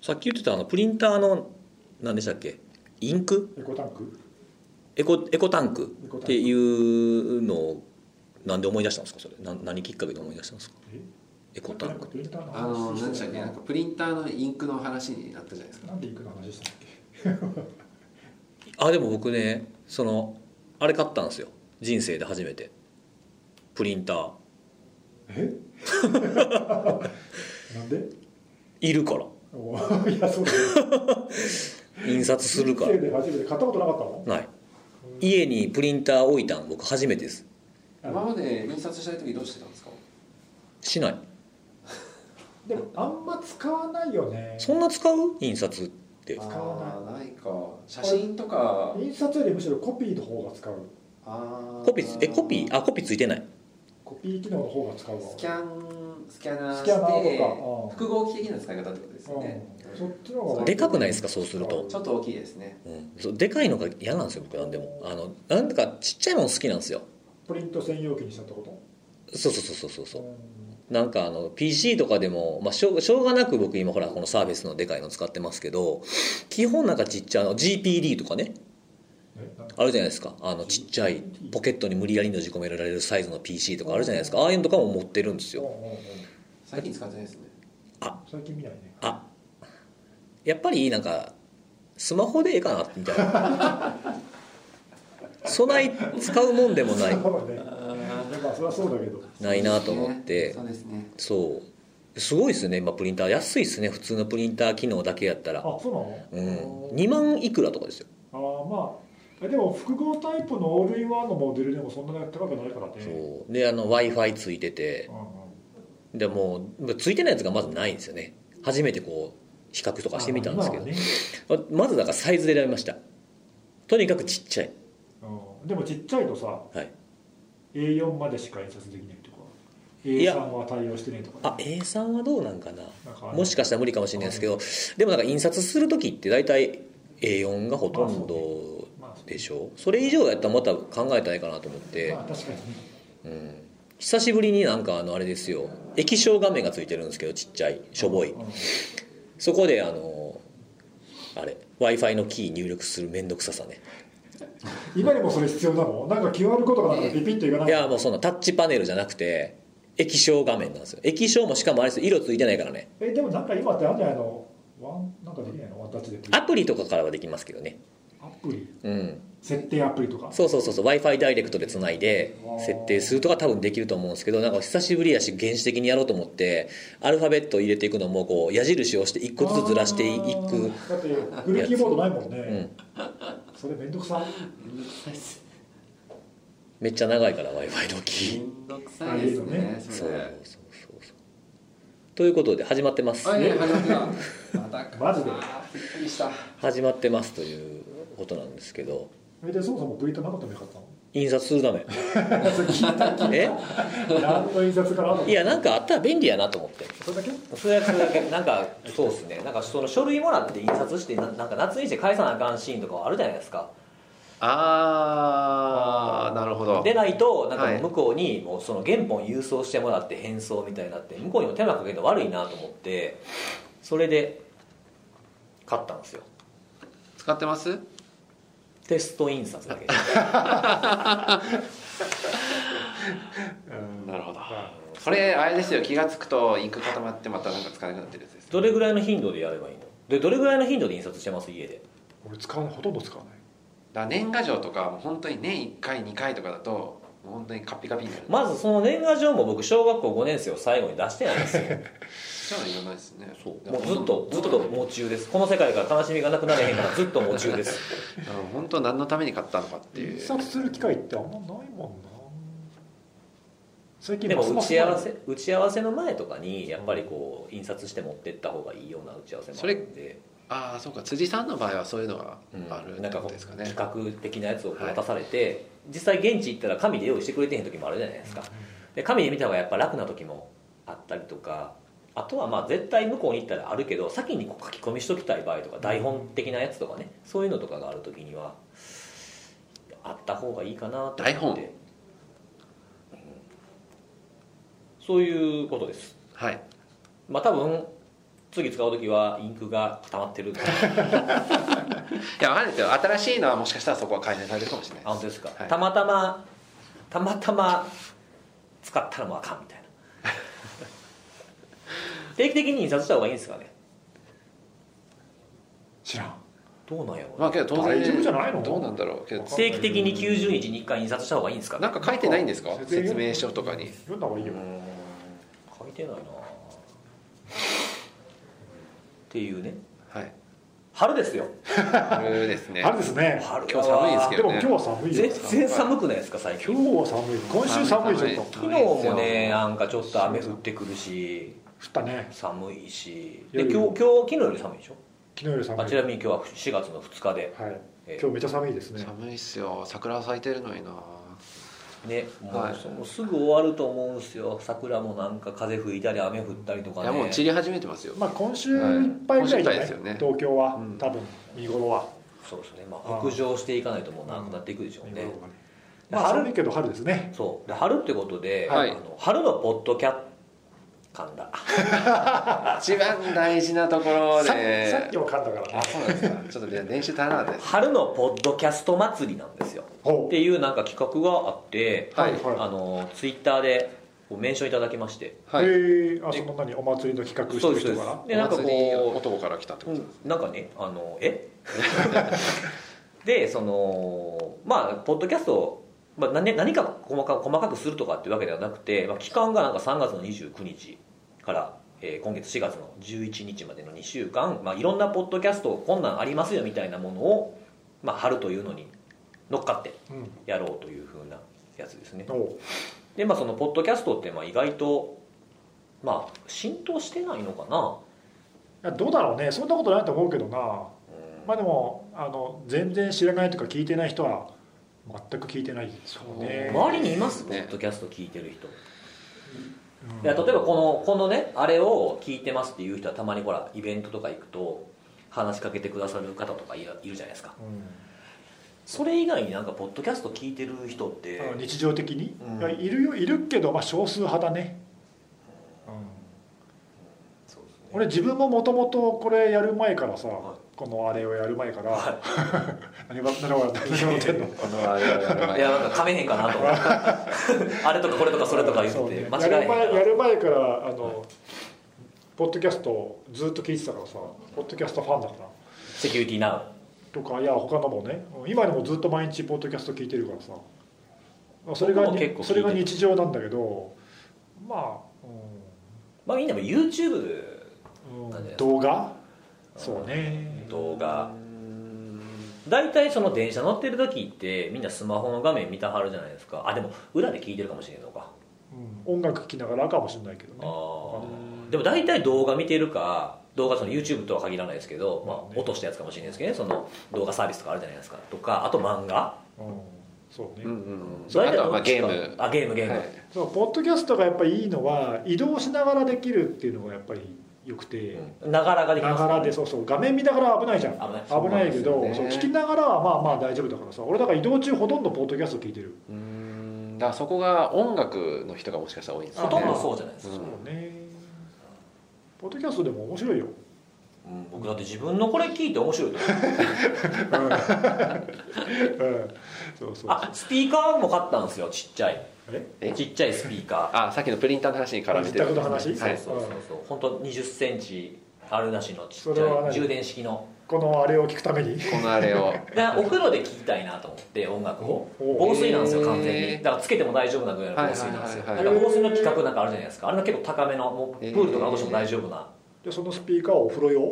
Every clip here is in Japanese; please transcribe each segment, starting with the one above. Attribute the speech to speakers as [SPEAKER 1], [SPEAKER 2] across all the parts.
[SPEAKER 1] さっき言ってたあのプリンターの何でしたっけインク
[SPEAKER 2] エコタンク
[SPEAKER 1] エコエコタンク
[SPEAKER 2] エコタンク
[SPEAKER 1] っていうのをなんで思い出したんですかそれな何きっかけで思い出したんですか
[SPEAKER 2] え
[SPEAKER 1] エコタンク
[SPEAKER 2] プリンターの
[SPEAKER 3] あの
[SPEAKER 2] 話
[SPEAKER 3] 何でしたっけなんかプリンターのインクの話になったじゃないですか
[SPEAKER 2] なんでインクの話でしたっけ
[SPEAKER 1] あでも僕ねそのあれ買ったんですよ人生で初めてプリンター
[SPEAKER 2] えなんで
[SPEAKER 1] いるから
[SPEAKER 2] おーいやそうだよ
[SPEAKER 1] 印刷するか
[SPEAKER 2] 人生で初めて買ったことなかったの
[SPEAKER 1] らない家にプリンター置いたん僕初めてです
[SPEAKER 3] 今まで印刷したい時どうしてたんですか
[SPEAKER 1] しない
[SPEAKER 2] でもあんま使わないよね
[SPEAKER 1] そんな使う印刷って
[SPEAKER 3] あ
[SPEAKER 2] 使わ
[SPEAKER 3] ーないか写真とか
[SPEAKER 2] 印刷よりむしろコピーの方が使う
[SPEAKER 3] あ
[SPEAKER 1] コピーえコピー
[SPEAKER 3] あ
[SPEAKER 1] あコピーついてない
[SPEAKER 2] コピー機能の方が使うわ
[SPEAKER 3] スキャンスキャナー
[SPEAKER 2] ス
[SPEAKER 3] し
[SPEAKER 2] キャナー
[SPEAKER 3] て
[SPEAKER 2] とか
[SPEAKER 3] 複合機的な使い方ってことですよね
[SPEAKER 2] うんそっちの方が
[SPEAKER 1] でかくないですかそうすると
[SPEAKER 3] ちょっと大きいですね
[SPEAKER 1] うん、そうでかいのが嫌なんですよ僕なんでもあのなんとかちっちゃいもの好きなんですよ
[SPEAKER 2] プリント専用機にしたってこと
[SPEAKER 1] そうそうそうそうそう
[SPEAKER 2] う
[SPEAKER 1] なんかあの PC とかでも、まあ、しょうしょうがなく僕今ほらこのサービスのでかいの使ってますけど基本なんかちっちゃいあの GPD とかね
[SPEAKER 2] えなんか
[SPEAKER 1] あるじゃないですかあのちっちゃい
[SPEAKER 2] GPD
[SPEAKER 1] ポケットに無理やりのじ込められるサイズの PC とかあるじゃないですかああいうのとかも持ってるんですよ
[SPEAKER 2] うんうんうん
[SPEAKER 3] 最近使ってないですね
[SPEAKER 2] 最近見ないね
[SPEAKER 1] あやっぱりなんかスマホでええかなみたいな そない使うもんでも ない
[SPEAKER 2] そうだねまあそりゃそうだけど
[SPEAKER 1] ないなと思って
[SPEAKER 3] そうですね
[SPEAKER 1] そうすごいですね今プリンター安いですね普通のプリンター機能だけやったら
[SPEAKER 2] あそうなの
[SPEAKER 1] うん2万いくらとかですよ
[SPEAKER 2] あーまあえでも複合タイプのオールインワンのモデルでもそんなに高くないからね
[SPEAKER 1] そうであの w i f i ついてて
[SPEAKER 2] うんうん
[SPEAKER 1] でもうついてないやつがまずないんですよね初めてこう比較とかしてみたんですけど
[SPEAKER 2] あまあね
[SPEAKER 1] まずだからサイズで選びましたとにかくちっちゃい
[SPEAKER 2] うんでもちっちゃいとさ、
[SPEAKER 1] はい
[SPEAKER 2] A4 までしか印刷できないとか
[SPEAKER 1] いや
[SPEAKER 2] A3 は対応してないとか、
[SPEAKER 1] あ A さんはどうなんかな
[SPEAKER 2] なんかある
[SPEAKER 1] もしかしたら無理かもしれないですけどでもなんか印刷する時って大体 A4 がほとんど
[SPEAKER 2] まあそう
[SPEAKER 1] でしょうそれ以上やったらまた考えたらいいかなと思って
[SPEAKER 2] まあ確かにね
[SPEAKER 1] うん久しぶりになんかあのあれですよ液晶画面がついてるんですけどちっちゃいしょぼい
[SPEAKER 2] うん
[SPEAKER 1] そこであのあれ w i f i のキー入力する面倒くささね
[SPEAKER 2] 今にもそれ必要なのなんか QR コードがなんかピピッといかない
[SPEAKER 1] いやもうそんなタッチパネルじゃなくて液晶画面なんですよ液晶もしかもあれですよ色ついてないからね
[SPEAKER 2] えでもなんか今ってあるんじゃないのワンなんかできないのワンタッチで
[SPEAKER 1] アプリとかからはできますけどね
[SPEAKER 2] アプリ
[SPEAKER 1] うん
[SPEAKER 2] 設定アプリとか
[SPEAKER 1] そうそうそうそう w i f i ダイレクトでつないで設定するとか多分できると思うんですけどなんか久しぶりやし原始的にやろうと思ってアルファベットを入れていくのもこう矢印を押して一個ずつずらしてい
[SPEAKER 2] あ
[SPEAKER 1] く
[SPEAKER 2] ーだってフルキーボードないもんね、
[SPEAKER 1] うん
[SPEAKER 2] それめんどくさ
[SPEAKER 3] めんどくさいです
[SPEAKER 1] めっちゃ長いから w i f i のキー
[SPEAKER 3] めんどくさいで
[SPEAKER 2] あい
[SPEAKER 3] す
[SPEAKER 2] いよ
[SPEAKER 3] ね
[SPEAKER 1] そう
[SPEAKER 3] そ
[SPEAKER 1] そうそ
[SPEAKER 3] れ
[SPEAKER 1] うそうということで始まってます
[SPEAKER 3] あいや始まったまたか
[SPEAKER 2] マジで
[SPEAKER 3] あーびっくりした
[SPEAKER 1] 始まってますということなんですけど
[SPEAKER 2] えでそもそもプリントなかったのよかったの
[SPEAKER 1] 印刷する ため
[SPEAKER 2] それ聞いた
[SPEAKER 1] え
[SPEAKER 2] 何の印 刷から
[SPEAKER 1] いやなんかあったら便利やなと思って
[SPEAKER 2] それだけ
[SPEAKER 1] それはそれだけなんかそうですねなんかその書類もらって印刷してななんか夏にして返さなあかんシーンとかあるじゃないですか
[SPEAKER 3] あ
[SPEAKER 2] ー
[SPEAKER 3] あなるほど
[SPEAKER 1] でないとな
[SPEAKER 3] は
[SPEAKER 1] ん
[SPEAKER 3] い
[SPEAKER 1] か向こうにもうその原本郵送してもらって返送みたいになって向こうにも手間かけるの悪いなと思ってそれで買ったんですよ
[SPEAKER 3] 使ってます
[SPEAKER 1] テスト印刷だけ
[SPEAKER 3] なるほど
[SPEAKER 2] あ
[SPEAKER 3] これあれですよ気が付くとインク固まってまたなんか使えなくなってるやつです
[SPEAKER 1] どれぐらいの頻度でやればいいのでどれぐらいの頻度で印刷してます家で
[SPEAKER 2] 俺使わないほとんど使わない
[SPEAKER 3] だから年賀状とかもう本当に年1回2回とかだともう本当にカッピカピになる
[SPEAKER 1] まずその年賀状も僕小学校5年生を最後に出してないん ですよ
[SPEAKER 3] そういうのいらないですね
[SPEAKER 1] そうもうずっとずっと夢中ですこの世界から悲しみがなくなれへんからずっと夢中です
[SPEAKER 3] あの本当何のために買ったのかってい
[SPEAKER 2] 印
[SPEAKER 3] う
[SPEAKER 2] 刷する機会ってあんまないもんな最近
[SPEAKER 1] でも
[SPEAKER 2] ますま
[SPEAKER 1] 打
[SPEAKER 2] す
[SPEAKER 1] ち合わせ打ち合わせの前とかにやっぱりこう印刷して持ってった方がいいような打ち合わせもあるんで
[SPEAKER 3] ああそうか辻さんの場合はそういうのが
[SPEAKER 1] うん
[SPEAKER 3] ある
[SPEAKER 1] なん
[SPEAKER 3] って
[SPEAKER 1] か
[SPEAKER 3] こ
[SPEAKER 1] ことう
[SPEAKER 3] ですかね、
[SPEAKER 1] 企画的なやつをこう渡されて、実際現地行ったら紙で用意してくれてへん時もあるじゃないですかで紙で見た方がやっぱ楽な時もあったりとかあとはまあ絶対向こうに行ったらあるけど先にこう書き込みしときたい場合とか台本的なやつとかねそういうのとかがある時にはあった方がいいかなと思って
[SPEAKER 3] 台
[SPEAKER 1] う
[SPEAKER 3] 本
[SPEAKER 1] んそういうことです
[SPEAKER 3] はい
[SPEAKER 1] まあ多分次使う時はインクが固まってる
[SPEAKER 3] いやわかんないですよ新しいのはもしかしたらそこは改善されるかもしれない
[SPEAKER 1] あ
[SPEAKER 3] で
[SPEAKER 1] 本
[SPEAKER 3] す
[SPEAKER 1] 当ですか、
[SPEAKER 3] はい
[SPEAKER 1] たまたまたまたま使ったらもうあかんみ たいな定期的に印刷した方がいいんですかね
[SPEAKER 2] 知らん
[SPEAKER 1] どうなんやろう
[SPEAKER 3] まあけど当然
[SPEAKER 2] 大丈夫じゃないの
[SPEAKER 3] どうなんだろうけど
[SPEAKER 1] 定期的に90日に1回印刷した方がいいんですかね
[SPEAKER 3] なんか書いてないんですか説明書とかに
[SPEAKER 2] 読んだ方がいいよ
[SPEAKER 1] 書いてないなっていうね
[SPEAKER 3] はい
[SPEAKER 1] 春ですよ
[SPEAKER 3] これですね
[SPEAKER 2] あれですね
[SPEAKER 1] 春
[SPEAKER 3] 今日寒いですけ
[SPEAKER 2] で
[SPEAKER 3] ど
[SPEAKER 2] も
[SPEAKER 3] ね
[SPEAKER 2] 今日は寒いよ
[SPEAKER 1] 全然寒くないですか最近
[SPEAKER 2] 今日は寒い今週寒いちょっと
[SPEAKER 1] 昨日もねなんかちょっと雨降ってくるし
[SPEAKER 2] 降ったね
[SPEAKER 1] 寒いし
[SPEAKER 2] いや
[SPEAKER 1] で
[SPEAKER 2] い
[SPEAKER 1] 今
[SPEAKER 2] や
[SPEAKER 1] 日今日昨日より寒いでしょ
[SPEAKER 2] 昨日より寒い
[SPEAKER 1] あちなみに今日は4月の2日で、
[SPEAKER 2] はい
[SPEAKER 1] え
[SPEAKER 2] 今日めちゃ寒いですね
[SPEAKER 3] 寒いっすよ桜咲いてるのにな
[SPEAKER 1] ーねも
[SPEAKER 3] はいう
[SPEAKER 1] そもうすぐ終わると思うんですよ桜もなんか風吹いたり雨降ったりとか
[SPEAKER 3] い
[SPEAKER 1] ね
[SPEAKER 3] やもう散り始めてますよ
[SPEAKER 2] まあ今週いっぱいぐらいじゃな
[SPEAKER 3] はいい今週いっぱいですよね
[SPEAKER 2] 東京は
[SPEAKER 3] うん
[SPEAKER 2] 多分見頃は
[SPEAKER 1] そうですね、まあ、北上していかないともうなくなっていくでしょう
[SPEAKER 2] 見
[SPEAKER 1] ね
[SPEAKER 2] 頃、がねまあ
[SPEAKER 1] 春
[SPEAKER 2] 寒いけど春ですね
[SPEAKER 1] そうで春ってことで、
[SPEAKER 3] はい
[SPEAKER 1] あの春のポッドキャ噛んだ
[SPEAKER 3] 一番大事なところ
[SPEAKER 2] ささ
[SPEAKER 3] で
[SPEAKER 2] っきも噛んだから
[SPEAKER 3] あ
[SPEAKER 2] ね
[SPEAKER 3] そうなんですかちょっと練習足らなかったです
[SPEAKER 1] 春のポッドキャスト祭りなんですよ
[SPEAKER 2] ほ
[SPEAKER 1] っ
[SPEAKER 2] う
[SPEAKER 1] ていうなんか企画があって、
[SPEAKER 3] はい
[SPEAKER 2] はい
[SPEAKER 1] あのツイッターでこうメンションいただきまして
[SPEAKER 3] はい、
[SPEAKER 2] えーあその何お祭りの企画してる人から
[SPEAKER 1] でなんか
[SPEAKER 3] お祭り
[SPEAKER 1] こ
[SPEAKER 3] 男から来たって
[SPEAKER 1] う、
[SPEAKER 3] こ
[SPEAKER 1] う
[SPEAKER 3] と、
[SPEAKER 1] ん、なんかねあのえ でそのまあポッドキャストを、まあ、何何か細か細かくするとかっていうわけではなくて、まあ、期間がなんか3月の29日から、えー今月4月の11日までの2週間、まあ、いろんなポッドキャストこんなんありますよみたいなものを、まあ、春というのに乗っかって
[SPEAKER 2] うん
[SPEAKER 1] やろうというふうなやつですね
[SPEAKER 2] おう
[SPEAKER 1] でまあそのポッドキャストってまあ意外とまあ浸透してないのかない
[SPEAKER 2] やどうだろうねそんなことないと思うけどなまあでもあの全然知らないとか聞いてない人は全く聞いてないですよね
[SPEAKER 3] そう
[SPEAKER 1] 周りにいますポ
[SPEAKER 3] ね
[SPEAKER 1] ッドキャスト聞いてる人い
[SPEAKER 2] うん
[SPEAKER 1] や例えばこのこのねあれを聞いてますっていう人はたまにほらイベントとか行くと話しかけてくださる方とかいらいるじゃないですか
[SPEAKER 2] うん
[SPEAKER 1] それ以外になんかポッドキャスト聞いてる人っ
[SPEAKER 2] あの
[SPEAKER 1] て
[SPEAKER 2] 日常的に、
[SPEAKER 1] うん
[SPEAKER 2] いやいるよいるけど、まあ、少数派だね、
[SPEAKER 1] そうですね
[SPEAKER 2] 俺自分ももともとこれやる前からさ、
[SPEAKER 1] はい
[SPEAKER 2] このあれをやる前から、
[SPEAKER 1] は
[SPEAKER 2] 何が何が笑ってんの何が笑ってんの
[SPEAKER 3] このあれ
[SPEAKER 1] いやなんか噛めへんかなと思って あれとかこれとかそれとか言
[SPEAKER 2] そう
[SPEAKER 1] っ
[SPEAKER 2] ね
[SPEAKER 1] て間違えへんか
[SPEAKER 2] やる前や
[SPEAKER 1] ら
[SPEAKER 2] る前からあの、ポッドキャストをずっと聞いてたからさポッドキャストファンだから
[SPEAKER 1] セキュリティナウ
[SPEAKER 2] とかいや他のもねうん今でもずっと毎日ポッドキャスト聞いてるからさそれが
[SPEAKER 1] 僕も結構聞いてる
[SPEAKER 2] それが日常なんだけどまあ、う
[SPEAKER 1] まあみんなも YouTube
[SPEAKER 2] んうん
[SPEAKER 1] なんで
[SPEAKER 2] 動画そうね
[SPEAKER 1] 動画大体その電車乗ってる時ってみんなスマホの画面見たはるじゃないですかあでも裏で聞いてるかもしれんのか
[SPEAKER 2] うん、音楽聴きながらかもしれないけど
[SPEAKER 1] あ
[SPEAKER 2] ね
[SPEAKER 1] ーでも大体動画見てるか動画その YouTube とは限らないですけど、まあ、落としたやつかもしれないですけどねその動画サービスとかあるじゃないですかとかあと漫画
[SPEAKER 2] うんそうね、
[SPEAKER 3] うんうん
[SPEAKER 1] 大
[SPEAKER 3] あ
[SPEAKER 1] 体
[SPEAKER 3] とはま
[SPEAKER 1] ど
[SPEAKER 3] あ
[SPEAKER 1] っち
[SPEAKER 3] ゲ
[SPEAKER 1] か
[SPEAKER 3] ーム
[SPEAKER 1] あゲームゲーム、
[SPEAKER 3] はい
[SPEAKER 2] そうポッドキャストがやっぱりいいのは移動しながらできるっていうのがやっぱりよくて、
[SPEAKER 1] うんながらができ
[SPEAKER 2] な
[SPEAKER 1] ます
[SPEAKER 2] がらでそうそう画面見ながら危ないじゃん
[SPEAKER 1] 危ない
[SPEAKER 2] 危ないけどそ
[SPEAKER 3] そう
[SPEAKER 2] う、
[SPEAKER 3] なんですよね
[SPEAKER 2] 聞きながらはまあまあ大丈夫だからさ俺だから移動中ほとんどポッドキャスト聞いてる、
[SPEAKER 3] うんだからそこが音楽の人がもしかしたら多いんです
[SPEAKER 1] ほ
[SPEAKER 3] よ
[SPEAKER 1] とん
[SPEAKER 3] ね
[SPEAKER 1] どそうじゃないですか、
[SPEAKER 3] うん
[SPEAKER 2] そうねポッドキャストでも面白いよ、
[SPEAKER 1] うん僕だって自分のこれ聞いて面白いと思う
[SPEAKER 2] うん、うんそうそう
[SPEAKER 1] あスピーカーも買ったんですよちっちゃい
[SPEAKER 2] え
[SPEAKER 3] え
[SPEAKER 1] ちっちゃいスピーカー
[SPEAKER 3] あさっきのプリンターの話に絡め
[SPEAKER 2] 自
[SPEAKER 3] て
[SPEAKER 2] 宅の話
[SPEAKER 3] はい
[SPEAKER 1] そうそうそうそう本当二20センチあるなしのちっ
[SPEAKER 2] そ
[SPEAKER 1] ち
[SPEAKER 2] れは
[SPEAKER 1] ゃい
[SPEAKER 2] 何
[SPEAKER 1] 充電式の
[SPEAKER 2] このあれを聞くた めに
[SPEAKER 3] このあれを
[SPEAKER 1] でお風呂で聞きたいなと思って音楽を
[SPEAKER 2] お
[SPEAKER 1] 防水なんです
[SPEAKER 3] へ
[SPEAKER 1] よ
[SPEAKER 3] ー
[SPEAKER 1] 完全にだからつけても大丈夫なぐらいの防水なんですよ
[SPEAKER 3] はい
[SPEAKER 1] な
[SPEAKER 3] はい
[SPEAKER 1] んか
[SPEAKER 2] はいはい
[SPEAKER 1] 防水の規格なんかあるじゃないですかあれの結構高めのもうプ
[SPEAKER 3] へー
[SPEAKER 1] ールとかどうしても大丈夫な
[SPEAKER 2] でそのスピーカーをお風呂用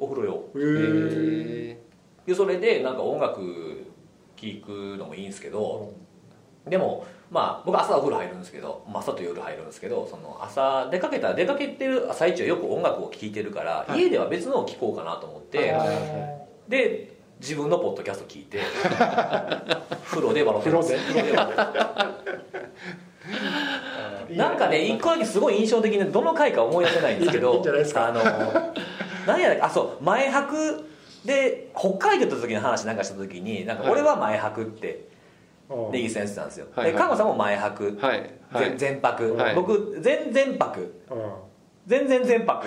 [SPEAKER 1] お風呂用
[SPEAKER 2] へえ
[SPEAKER 3] へ
[SPEAKER 1] でそれでなんか音楽聴くのもいいんですけどでもまあ僕朝お風呂入るんですけど、まあ、朝と夜入るんですけどその朝出かけたら出かけてる朝一はよく音楽を聴いてるから、
[SPEAKER 3] はい
[SPEAKER 1] 家では別のを聴こうかなと思って、
[SPEAKER 3] はいはい
[SPEAKER 1] で自分のポッドキャスト聞い て風呂で笑って
[SPEAKER 2] 風呂
[SPEAKER 1] ます
[SPEAKER 2] で
[SPEAKER 1] 風呂で笑ってますなんかね一個だけすごい印象的などの回か思い出せないんですけ
[SPEAKER 2] い
[SPEAKER 1] ど
[SPEAKER 2] いんじゃないですか
[SPEAKER 1] あの何やあそう前泊で北海道行った時の話なんかした時になんか俺は前泊って
[SPEAKER 2] 個
[SPEAKER 1] 根岸さん言ってたんですよ、
[SPEAKER 3] はいはい
[SPEAKER 1] で看護さんも前泊、
[SPEAKER 3] ーはいはい
[SPEAKER 1] 全全泊、
[SPEAKER 3] はい
[SPEAKER 1] 僕全然泊
[SPEAKER 2] うん
[SPEAKER 1] 全然全泊っ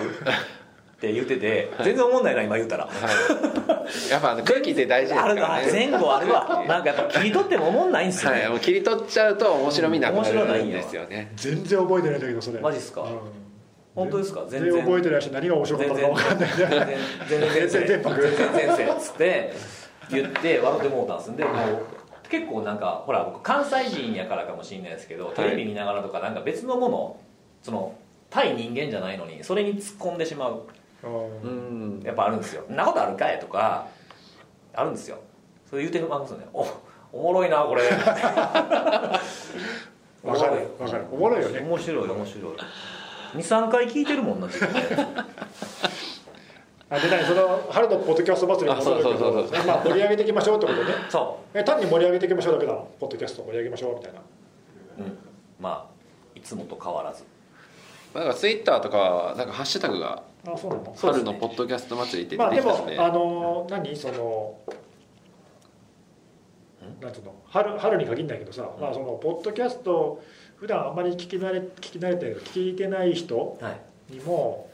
[SPEAKER 1] て言ってて全然思んないな今言うたら
[SPEAKER 3] はい、やっぱあの空気って大事です
[SPEAKER 1] あ
[SPEAKER 3] か
[SPEAKER 1] る
[SPEAKER 3] ら
[SPEAKER 1] な
[SPEAKER 3] ね
[SPEAKER 1] 前後あるわなんかやっぱ切り取っても思んないんですよ
[SPEAKER 3] はい、
[SPEAKER 1] ね
[SPEAKER 3] もう切り取っちゃうと面白みなくな
[SPEAKER 1] 面白ない
[SPEAKER 3] る
[SPEAKER 1] ん
[SPEAKER 3] ん
[SPEAKER 1] や
[SPEAKER 3] ですよね、
[SPEAKER 2] 全然覚えてないんだけどそれ
[SPEAKER 1] マジっすか
[SPEAKER 2] うん
[SPEAKER 1] 本当ですか全然
[SPEAKER 2] 全然覚えてないし何が面
[SPEAKER 1] 全
[SPEAKER 2] 白か
[SPEAKER 1] 然
[SPEAKER 2] ったのか分かんない
[SPEAKER 1] 全然全然全然前世っつって言って笑ってもうたんですんでもう結構なんかほら僕関西人やからかもしれないですけどテレビ見ながらとかなんか別のものその対人間じゃないのにそれに突っ込んでしまう
[SPEAKER 2] うん
[SPEAKER 3] うん
[SPEAKER 1] やっぱあるんですよ「んなことあるかい」とかあるんですよそれ言うてますよねおおもろいなこれ
[SPEAKER 2] 分かる分かるおもろいよね
[SPEAKER 1] 面白い面白い23回聞いてるもんな自分で
[SPEAKER 2] あで何その春のポッドキャスト祭りもそうだけ
[SPEAKER 3] あそうそう
[SPEAKER 2] ど
[SPEAKER 3] そう
[SPEAKER 2] まあ盛り上げていきましょうってことね
[SPEAKER 1] そ
[SPEAKER 2] え単に盛り上げていきましょうだけだポッドキャストを盛り上げましょうみたいな
[SPEAKER 1] ううんまあいつもと変わらず
[SPEAKER 3] なんかツイッターとかはなんかハッシュタグが
[SPEAKER 2] あそうなの
[SPEAKER 1] そうですね
[SPEAKER 3] 春のポッドキャスト祭りって
[SPEAKER 2] ま
[SPEAKER 3] 出
[SPEAKER 2] あ
[SPEAKER 3] て
[SPEAKER 2] で
[SPEAKER 3] きたん
[SPEAKER 2] も
[SPEAKER 3] で、
[SPEAKER 2] あの何そのなんつうの春春に限らないけどさ、まあそのポッドキャスト普段あんまり聞き慣れ聞き慣れてない聞いてない人
[SPEAKER 1] はい
[SPEAKER 2] にも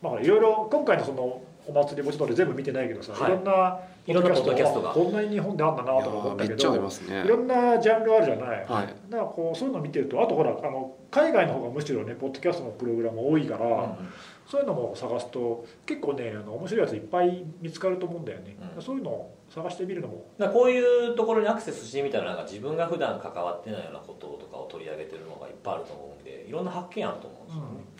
[SPEAKER 2] まあほらいろいろ今回のそのお祭りもちろん俺全部見てないけどさ、
[SPEAKER 1] はい
[SPEAKER 2] い、ろんない
[SPEAKER 1] ろんなポッドキャストが
[SPEAKER 2] あこんなに日本であんだなとか思った
[SPEAKER 3] いやーめ
[SPEAKER 2] け
[SPEAKER 3] っちゃあり
[SPEAKER 2] ど
[SPEAKER 3] ますね
[SPEAKER 2] いろんなジャンルあるじゃない、
[SPEAKER 3] は
[SPEAKER 2] だ
[SPEAKER 3] い
[SPEAKER 2] からこうそういうの見てるとあとほらあの海外の方がむしろねポッドキャストのプログラム多いから、そういうのも探すと結構ねあの面白いやついっぱい見つかると思うんだよね、
[SPEAKER 1] うん
[SPEAKER 2] そういうのを探してみるのも
[SPEAKER 1] だからこういうところにアクセスしてみたらなんか自分が普段関わってないようなこととかを取り上げてるのがいっぱいあると思うんでいろんな発見あると思うんで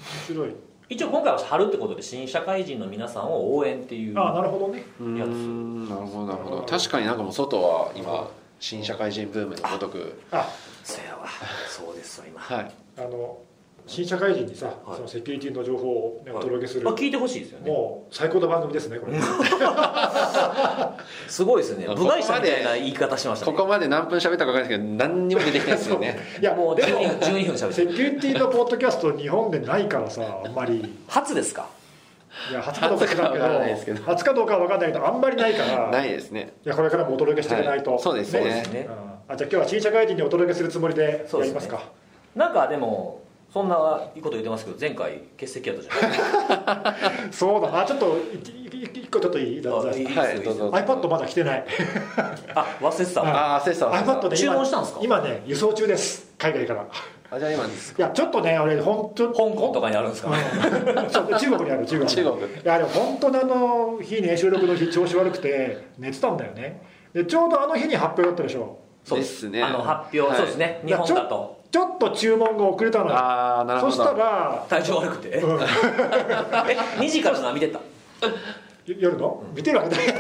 [SPEAKER 1] すよね、
[SPEAKER 2] 面白い、
[SPEAKER 1] 一応今回は春ってことで新社会人の皆さんを応援っていう
[SPEAKER 2] ああなるほどね
[SPEAKER 3] うーんなるほどなるほど確かになんかもう外は今新社会人ブームのごとく
[SPEAKER 2] あ
[SPEAKER 1] そうやわそうですわ今、
[SPEAKER 3] はい
[SPEAKER 2] あの新社会人にさ、
[SPEAKER 1] い
[SPEAKER 2] そのセキュリティの情報を、ね、
[SPEAKER 1] はい
[SPEAKER 2] お届けする、
[SPEAKER 1] まあ、聞いてほしいですよね
[SPEAKER 2] もう最高の番組ですねこれ、
[SPEAKER 1] すごいですね
[SPEAKER 3] ここ
[SPEAKER 1] 部
[SPEAKER 3] まで
[SPEAKER 1] 外者みたいな言い方しました
[SPEAKER 3] こ
[SPEAKER 1] ね
[SPEAKER 3] こまで何分喋ったか分かんないですけど何にも出てきないですよね
[SPEAKER 2] いや
[SPEAKER 1] もう
[SPEAKER 2] で
[SPEAKER 1] 12分12分しゃべって
[SPEAKER 2] セ
[SPEAKER 1] る
[SPEAKER 2] キュリティのポッドキャスト日本でないからさあんまり
[SPEAKER 1] 初ですか
[SPEAKER 2] いや初かどうか知らんけ
[SPEAKER 3] 初かわからないですけ
[SPEAKER 2] ど
[SPEAKER 3] ど
[SPEAKER 2] 初かどうかは分かんないけどあんまりないから
[SPEAKER 3] ないですね
[SPEAKER 2] いやこれからもお届けしていかないと、
[SPEAKER 3] はいそうですね
[SPEAKER 1] ですね
[SPEAKER 2] うんあじゃあ今日は新社会人にお届けするつもりでやりますか
[SPEAKER 1] なんかでもそんなこと言ってますけど前回欠席やったじゃないですか
[SPEAKER 2] そうだなちょっと一一一一個ちょっといいだ
[SPEAKER 1] あいいですよ
[SPEAKER 3] はい
[SPEAKER 1] いい
[SPEAKER 3] ど
[SPEAKER 1] で
[SPEAKER 3] う
[SPEAKER 1] す
[SPEAKER 3] ぞ
[SPEAKER 1] よ
[SPEAKER 3] どうぞ
[SPEAKER 2] iPad まだ来てない
[SPEAKER 1] あ忘れてたわ
[SPEAKER 3] ああセスさん
[SPEAKER 2] iPad で
[SPEAKER 1] 注文したんですか
[SPEAKER 2] 今ね輸送中です海外から
[SPEAKER 3] あじゃあ今です
[SPEAKER 2] いやちょっとね俺本当
[SPEAKER 1] 香港とかにあるんですか
[SPEAKER 2] うんそう中国にある中国
[SPEAKER 3] 中国
[SPEAKER 2] いやでも本当にあの日ね収録の日調子悪くて寝てたんだよねでちょうどあの日に発表だったでしょ
[SPEAKER 1] そう
[SPEAKER 3] ですね
[SPEAKER 1] あの発表、
[SPEAKER 3] はい
[SPEAKER 1] そうですね日本だと
[SPEAKER 2] ちょっと注文が遅れたのよ
[SPEAKER 3] ああなるほ
[SPEAKER 2] そ
[SPEAKER 3] ど
[SPEAKER 2] したら
[SPEAKER 1] 体調悪くて え
[SPEAKER 2] うん
[SPEAKER 1] 2時からの見てた
[SPEAKER 2] 夜の見てるわけない
[SPEAKER 1] で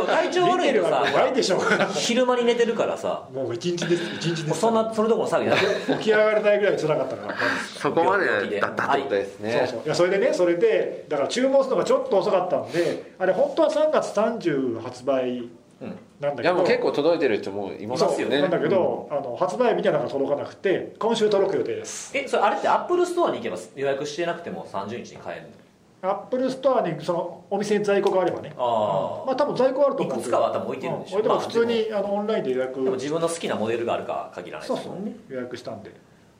[SPEAKER 1] も体調
[SPEAKER 2] 見
[SPEAKER 1] 悪
[SPEAKER 2] て
[SPEAKER 1] い
[SPEAKER 2] る
[SPEAKER 1] とさ
[SPEAKER 2] わけないでしょ
[SPEAKER 1] 昼間に寝てるからさ
[SPEAKER 2] もう一日です一日
[SPEAKER 1] も
[SPEAKER 2] で
[SPEAKER 1] う
[SPEAKER 2] す
[SPEAKER 1] そんなそれどころの騒ぎだけ
[SPEAKER 2] 起き上がれないぐらい辛かったから
[SPEAKER 3] そこまでだったってことですね、
[SPEAKER 2] そうそういやそれでねそれでだから注文するのがちょっと遅かったんであれ本当は3月30発売
[SPEAKER 1] うん
[SPEAKER 2] なんだけど、
[SPEAKER 3] いやもう結構届いてる人もいますよね
[SPEAKER 2] そうなんだけど、あの発売日にはなんか届かなくて今週届く予定です
[SPEAKER 1] えそれあれってアップルストアに行けば予約してなくても30日に買える
[SPEAKER 2] アップルストアにそのお店に在庫があればね
[SPEAKER 1] のあ
[SPEAKER 2] まあ多分在庫あると思う
[SPEAKER 1] いくつかは多分置いてるんでしょ
[SPEAKER 2] う俺でも
[SPEAKER 1] まあ
[SPEAKER 2] 普通に、あ、のオンラインで予
[SPEAKER 1] あでも
[SPEAKER 2] 約
[SPEAKER 1] 自分の好きなモデルがあるか限らない
[SPEAKER 2] そ
[SPEAKER 1] で
[SPEAKER 2] う
[SPEAKER 1] す
[SPEAKER 2] そ
[SPEAKER 1] もんね
[SPEAKER 2] う予約したんで、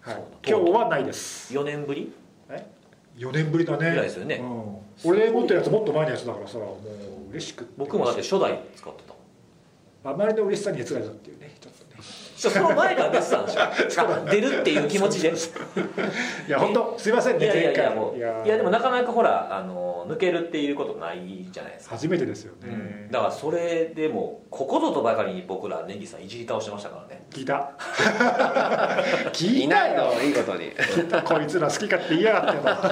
[SPEAKER 2] はい
[SPEAKER 1] そう、だ
[SPEAKER 2] 今日はないです
[SPEAKER 1] 4年ぶり
[SPEAKER 2] 4年ぶりだね
[SPEAKER 1] ぐらいですよね
[SPEAKER 2] うん、俺持ってるやつもっと前のやつだからさもう嬉しくて
[SPEAKER 1] 僕もだって初代使ってたもん
[SPEAKER 2] あまりの嬉しさに熱が出たっていうねちょっとね
[SPEAKER 1] そその前から出てたんでしょあ出るっていう気持ちで
[SPEAKER 2] いや本当すいませ ん
[SPEAKER 1] い
[SPEAKER 2] ね
[SPEAKER 1] やいやい
[SPEAKER 2] 前
[SPEAKER 1] や
[SPEAKER 2] 回
[SPEAKER 1] もうい
[SPEAKER 2] ー
[SPEAKER 1] やでもなかなかほらあの抜けるっていうことないじゃないですか
[SPEAKER 2] 初めてですよね、
[SPEAKER 1] うんだからそれでもここぞとばかりに僕らネギさんいじり倒してましたからね
[SPEAKER 2] 聞い た聞
[SPEAKER 3] い
[SPEAKER 2] い
[SPEAKER 3] な
[SPEAKER 2] た
[SPEAKER 3] い
[SPEAKER 2] よ
[SPEAKER 3] のいいことに
[SPEAKER 2] 聞いたこいつら好き勝手言いやがってな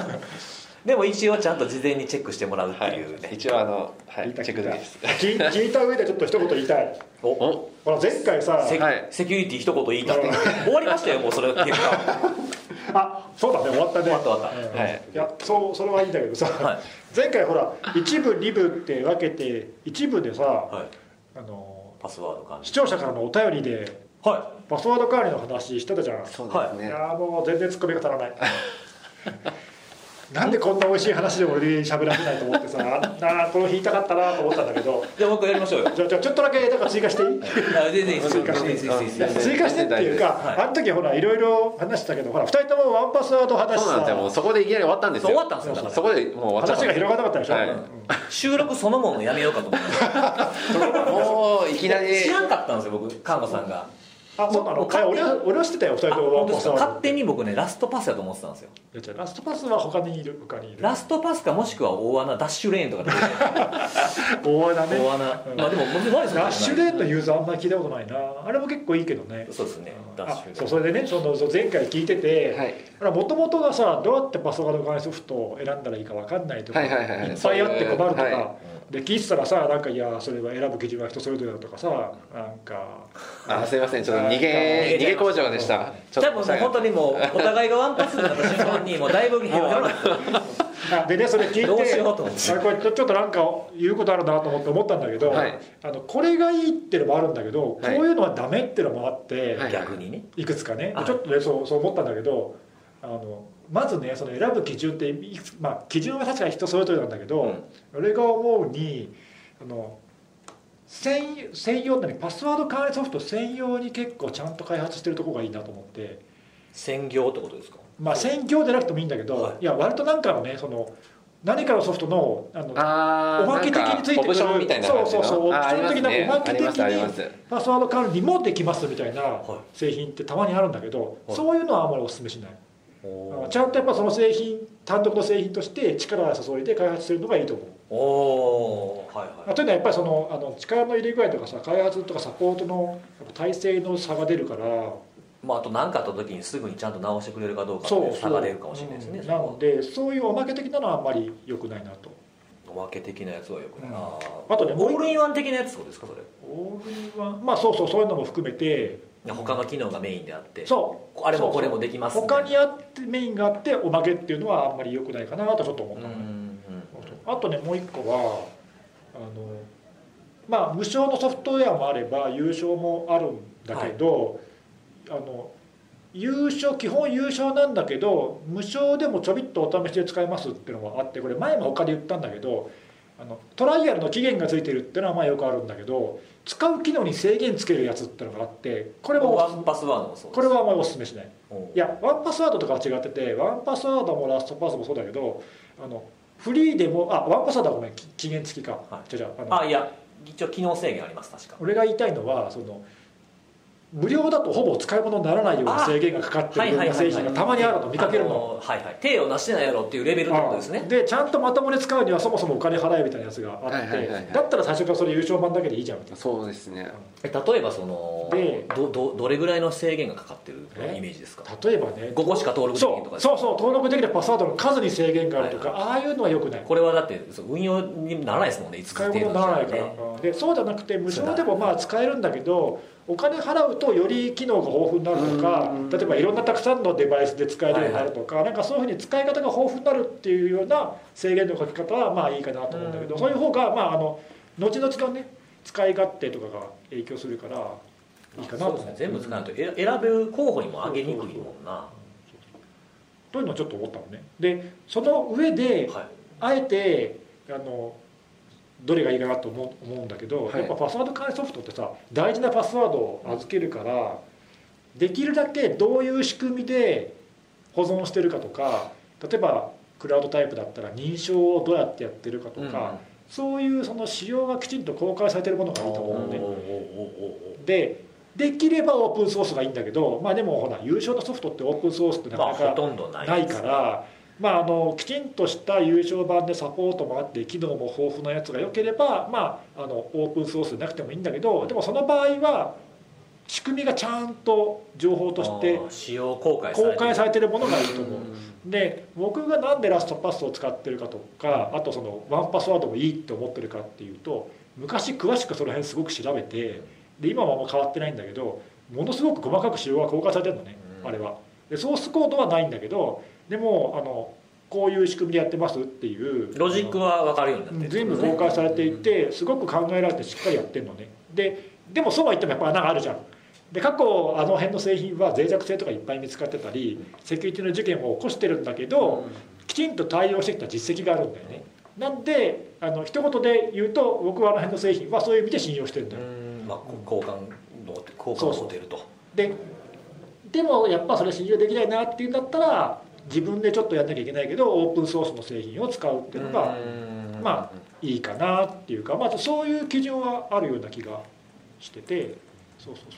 [SPEAKER 1] でも一応ちゃんと事前にチェックしてもらうって
[SPEAKER 3] はい
[SPEAKER 1] いうね、
[SPEAKER 3] 一応あの、は
[SPEAKER 2] 聞
[SPEAKER 3] い、
[SPEAKER 2] いた
[SPEAKER 3] チェッ
[SPEAKER 2] 聞
[SPEAKER 3] ク
[SPEAKER 2] いた
[SPEAKER 3] だけです
[SPEAKER 2] 聞い聞いた上でちょっと一言言いたい
[SPEAKER 1] お
[SPEAKER 3] お
[SPEAKER 2] ほら前回さ
[SPEAKER 1] セ,、
[SPEAKER 3] はい
[SPEAKER 1] セキュリティ一言言いたって終わりましたよもうそれ結果
[SPEAKER 2] あそうだね終わったね
[SPEAKER 1] 終わった終わった
[SPEAKER 2] うん
[SPEAKER 3] はい
[SPEAKER 2] いやそうそれはいいんだけどさ、
[SPEAKER 1] はい
[SPEAKER 2] 前回ほら一部二部って分けて一部でさ、
[SPEAKER 1] はい
[SPEAKER 2] あの
[SPEAKER 1] パスワード管理
[SPEAKER 2] 視聴者からのお便りで
[SPEAKER 1] は
[SPEAKER 2] パスワード管理の話してたじゃん
[SPEAKER 3] そうう
[SPEAKER 1] で
[SPEAKER 3] ですす
[SPEAKER 2] い
[SPEAKER 3] ね、
[SPEAKER 2] やーもう全然ツッコミが足らないなんでこんな美味しい話で俺に喋らせないと思ってさなあこの日言いたかったなと思ったんだけど
[SPEAKER 1] じゃあもう一回やりましょうよ
[SPEAKER 2] じゃあじゃあちょっとだけなんか追加していい
[SPEAKER 1] あ全然いいですよ全然いいですよいいですよいいですよ
[SPEAKER 2] 追加してっていうか、
[SPEAKER 1] はい
[SPEAKER 2] あの時ほらいろいろ話したけどほら2人ともワンパスワード話し
[SPEAKER 3] そうなんですよもう
[SPEAKER 2] さ
[SPEAKER 3] そこでいきなり終わったんですよ
[SPEAKER 1] そう終わったんですよだから
[SPEAKER 3] そこでもう終わっちゃっ
[SPEAKER 2] 話
[SPEAKER 3] た
[SPEAKER 2] が広がらなかったでしょ、
[SPEAKER 3] はい
[SPEAKER 1] 収録そのものやめようかと思って
[SPEAKER 3] もういきなり
[SPEAKER 1] 知らんかったんですよ僕菅野さんが
[SPEAKER 2] あそうな
[SPEAKER 1] も
[SPEAKER 2] の
[SPEAKER 1] う
[SPEAKER 2] いや俺は俺は知ってたよ2人
[SPEAKER 1] あ
[SPEAKER 2] ともワ
[SPEAKER 1] 本当
[SPEAKER 2] ン
[SPEAKER 1] で
[SPEAKER 2] パ
[SPEAKER 1] す
[SPEAKER 2] ス
[SPEAKER 1] か
[SPEAKER 2] ワー
[SPEAKER 1] 勝
[SPEAKER 2] ドい
[SPEAKER 1] 手に僕ねラストパスだと思ってたんですよ
[SPEAKER 2] やじゃあラストパスは他にいる他にいる
[SPEAKER 1] ラストパスかもしくは大穴ダッシュレーンとかで
[SPEAKER 2] 大穴ね
[SPEAKER 1] 大穴まあでも僕マリさん
[SPEAKER 2] ラッシュレートユーザーあんまり聞いたことないなあれも結構いいけどね
[SPEAKER 1] そうですねダッ
[SPEAKER 2] あ
[SPEAKER 1] シュレ
[SPEAKER 2] そう
[SPEAKER 1] ー
[SPEAKER 2] そ
[SPEAKER 1] ト
[SPEAKER 2] れでねそのそう前回聞いて
[SPEAKER 3] は
[SPEAKER 2] て
[SPEAKER 3] い
[SPEAKER 2] もともとがさどうやってパソコンの関数ソフトを選んだらいいか分かんないとか
[SPEAKER 3] はいいはいはいはい
[SPEAKER 2] っぱいあって困ると
[SPEAKER 3] そういうは
[SPEAKER 2] かで聞いてたらさなんかいやそれは選ぶ基準は人それぞれだとかさなんか
[SPEAKER 3] あすいませんちょっと逃
[SPEAKER 1] 逃げちゃい
[SPEAKER 3] げ逃げ
[SPEAKER 1] ま
[SPEAKER 3] 工場でしたちょっ
[SPEAKER 1] 多分も
[SPEAKER 3] と
[SPEAKER 1] う本当にもうお互いがワンパスになった瞬間にもうだいぶ広がるんですよ
[SPEAKER 2] あでねそれ聞いて
[SPEAKER 1] どうしようと思って
[SPEAKER 2] あこれちょちょっとなんか言うことあるなと思って思ったんだけど、
[SPEAKER 3] はい
[SPEAKER 2] あのこれがいいっていうのもあるんだけど、
[SPEAKER 3] はい
[SPEAKER 2] こういうのはダメっていうのもあって、
[SPEAKER 3] はい
[SPEAKER 1] 逆にね
[SPEAKER 2] い、くつかね、
[SPEAKER 1] はい
[SPEAKER 2] ちょっとねそうそう思ったんだけどあのまずねその選ぶ基準っていくつまあ基準は確かに人それぞれなんだけど、
[SPEAKER 1] うん
[SPEAKER 2] 俺が思うにあの専用専用ってねパスワード管理ソフト専用に結構ちゃんと開発してるとこがいいなと思って。
[SPEAKER 1] 専業ってことですか
[SPEAKER 2] まあ、専業でなくてもいいんだけど、
[SPEAKER 1] はい
[SPEAKER 2] い、や割となんかのねその何かのソフトのあの
[SPEAKER 3] あー
[SPEAKER 2] おまけ的についてくる
[SPEAKER 3] なんかオプションみたいな感じの
[SPEAKER 2] そうそうそう
[SPEAKER 3] あーありますね
[SPEAKER 2] オプション的なおまけ的に
[SPEAKER 3] ありますあります
[SPEAKER 2] パスワード管理もできますみたいない製品ってたまにあるんだけど、
[SPEAKER 1] はい
[SPEAKER 2] そういうのはあんまりお勧めしない、あ
[SPEAKER 1] お
[SPEAKER 2] の
[SPEAKER 1] ー
[SPEAKER 2] ちゃんとやっぱその製品単独の製品として力を注いで開発するのがいいと思う、
[SPEAKER 1] おーはいはい
[SPEAKER 2] まあというのはやっぱりそのあの力の入れ具合とかさ開発とかサポートのやっぱ体制の差が出るから
[SPEAKER 1] まあ、あと何かあった時にすぐにちゃんと直してくれるかどうかって
[SPEAKER 2] そうそう
[SPEAKER 1] 差が出るかもしれないですね
[SPEAKER 2] うん
[SPEAKER 1] そ
[SPEAKER 2] な
[SPEAKER 1] こは
[SPEAKER 2] のでそういうおまけ的なのはあんまり良くないなと
[SPEAKER 1] おまけ的なやつはよくない、
[SPEAKER 2] うん
[SPEAKER 1] あ
[SPEAKER 2] あとねも
[SPEAKER 1] オ
[SPEAKER 2] う一
[SPEAKER 1] ールインワン的なやつそうですかそれ
[SPEAKER 2] オールインワンまあそうそうそういうのも含めて
[SPEAKER 1] 他の機能がメインであって
[SPEAKER 2] そう
[SPEAKER 1] あれもこれもできますみた
[SPEAKER 2] 他
[SPEAKER 1] いな
[SPEAKER 2] にあってメインがあっておまけっていうのはあんまり良くないかなとちょっと思っ
[SPEAKER 1] うん
[SPEAKER 2] た、
[SPEAKER 1] うん
[SPEAKER 2] あとねもう一個はあのまあ無償のソフトウェアもあれば有償もあるんだけど、あの優勝基本優勝なんだけど無償でもちょびっとお試しで使えますっていうのもあってこれ前も他で言ったんだけどあのトライアルの期限がついてるっていうのはまあよくあるんだけど使う機能に制限つけるやつっていうのがあってこ
[SPEAKER 1] こ
[SPEAKER 2] れ
[SPEAKER 1] れも
[SPEAKER 2] も
[SPEAKER 1] ワンパスワードもそうです
[SPEAKER 2] これはあんまりおすすめしない。
[SPEAKER 1] うん
[SPEAKER 2] いやワンパスワードとかは違っててワンパスワードもラストパスもそうだけどあのフリーでもあワンパスワードはごめんき期限付きか、
[SPEAKER 1] は
[SPEAKER 2] じゃあじゃああの
[SPEAKER 1] あいや一応機能制限あります確か
[SPEAKER 2] 俺が言いたいのはその無料だとほぼ使い物にならないような制限がかかってるような製品がたまにあるの見かけるの。
[SPEAKER 1] あはいはい手を出してないやろっていうレベルってことです
[SPEAKER 2] あ
[SPEAKER 1] ね
[SPEAKER 2] でちゃんとまともに使うにはそもそもお金払えみたいなやつがあって、
[SPEAKER 3] はいはいはいはい
[SPEAKER 2] だったら最初からそれ優勝版だけでいいじゃんみたいな
[SPEAKER 3] そうですね
[SPEAKER 1] え例えばその
[SPEAKER 2] で
[SPEAKER 1] どどどれぐらいの制限がかかってる
[SPEAKER 2] え
[SPEAKER 1] イメージですか
[SPEAKER 2] 例えばね
[SPEAKER 1] 5個しか登録でき
[SPEAKER 2] そ
[SPEAKER 1] ないとか
[SPEAKER 2] う
[SPEAKER 1] ですか
[SPEAKER 2] そうそう登録できるパスワードの数に制限があるとか、ああいうのはよくない
[SPEAKER 1] これはだってそう運用にならないですもんね5つ
[SPEAKER 2] 使い物にならないから、でそうじゃなくて無償でもまあ使えるんだけどお金払うとより機能が豊富になるとか
[SPEAKER 3] うん
[SPEAKER 2] 例えばいろんなたくさんのデバイスで使えるようになるとか、なんかそういうふうに使い方が豊富になるっていうような制限の書き方はまあいいかなと思うんだけど、
[SPEAKER 1] うん
[SPEAKER 2] そういう方がまああの後々のね使い勝手とかが影響するからいいかなと
[SPEAKER 1] そう
[SPEAKER 2] 思
[SPEAKER 1] です
[SPEAKER 2] う
[SPEAKER 1] ね全部使うと選選ぶ候補にも上げにくいもんな
[SPEAKER 2] というのをちょっと思ったのねでその上で
[SPEAKER 1] はい
[SPEAKER 2] あえてあのどれがいいかなと思う思うんだけど、
[SPEAKER 3] はい
[SPEAKER 2] やっぱパスワード管理ソフトってさ大事なパスワードを預けるからできるだけどういう仕組みで保存してるかとか例えばクラウドタイプだったら認証をどうやってやってるかと
[SPEAKER 1] うん
[SPEAKER 2] か、そういうその仕様がきちんと公開されてるものがいいと思うので、
[SPEAKER 1] おーおー
[SPEAKER 2] でできればオープンソースがいいんだけどまあでもほら優勝のソフトってオープンソースってな
[SPEAKER 1] ま
[SPEAKER 2] か
[SPEAKER 1] あ
[SPEAKER 2] な
[SPEAKER 1] ほ
[SPEAKER 2] か
[SPEAKER 1] とんどない
[SPEAKER 2] ないから、まあ、あのきちんとした優勝版でサポートもあって機能も豊富なやつが良ければ、まあ、あのオープンソースでなくてもいいんだけどでもその場合は仕組みがちゃんと情報として
[SPEAKER 1] あー使用公開
[SPEAKER 2] 公開
[SPEAKER 1] れ
[SPEAKER 2] されてるものがいいと思う
[SPEAKER 3] う。ん
[SPEAKER 2] で僕がなんでラストパスを使ってるかとかあとそのワンパスワードもいいって思ってるかっていうと昔詳しくその辺すごく調べてで今はもう変わってないんだけどものすごく細かく仕様が公開されてるのね、
[SPEAKER 1] うん
[SPEAKER 2] あれはでソースコードはないんだけどでもあのこういう仕組みでやってますっていう
[SPEAKER 1] てるロジックは分かるようになってるって
[SPEAKER 2] 全
[SPEAKER 1] こ
[SPEAKER 2] 部
[SPEAKER 1] とですね
[SPEAKER 2] 公開されていてすごく考えられてしっかりやってるのねででもそうは言ってもやっぱ穴があるじゃんで過去あの辺の製品は脆弱性とかいっぱい見つかってたりセキュリティの事件を起こしてるんだけど、きちんと対応してきた実績があるんだよねなんであの一言で言うと僕はあの辺の製品はそういう意味で信用してるんだよ
[SPEAKER 1] まあ、こ交換の交換を持てると
[SPEAKER 2] ででもやっぱそれ信用できないなっていうんだったら自分でちょっとやんなきゃいけないけどオープンソースの製品を使うっていうのが
[SPEAKER 1] うん
[SPEAKER 2] まいいかなっていうか、まあ、そういう基準はあるような気がしててそうそうそう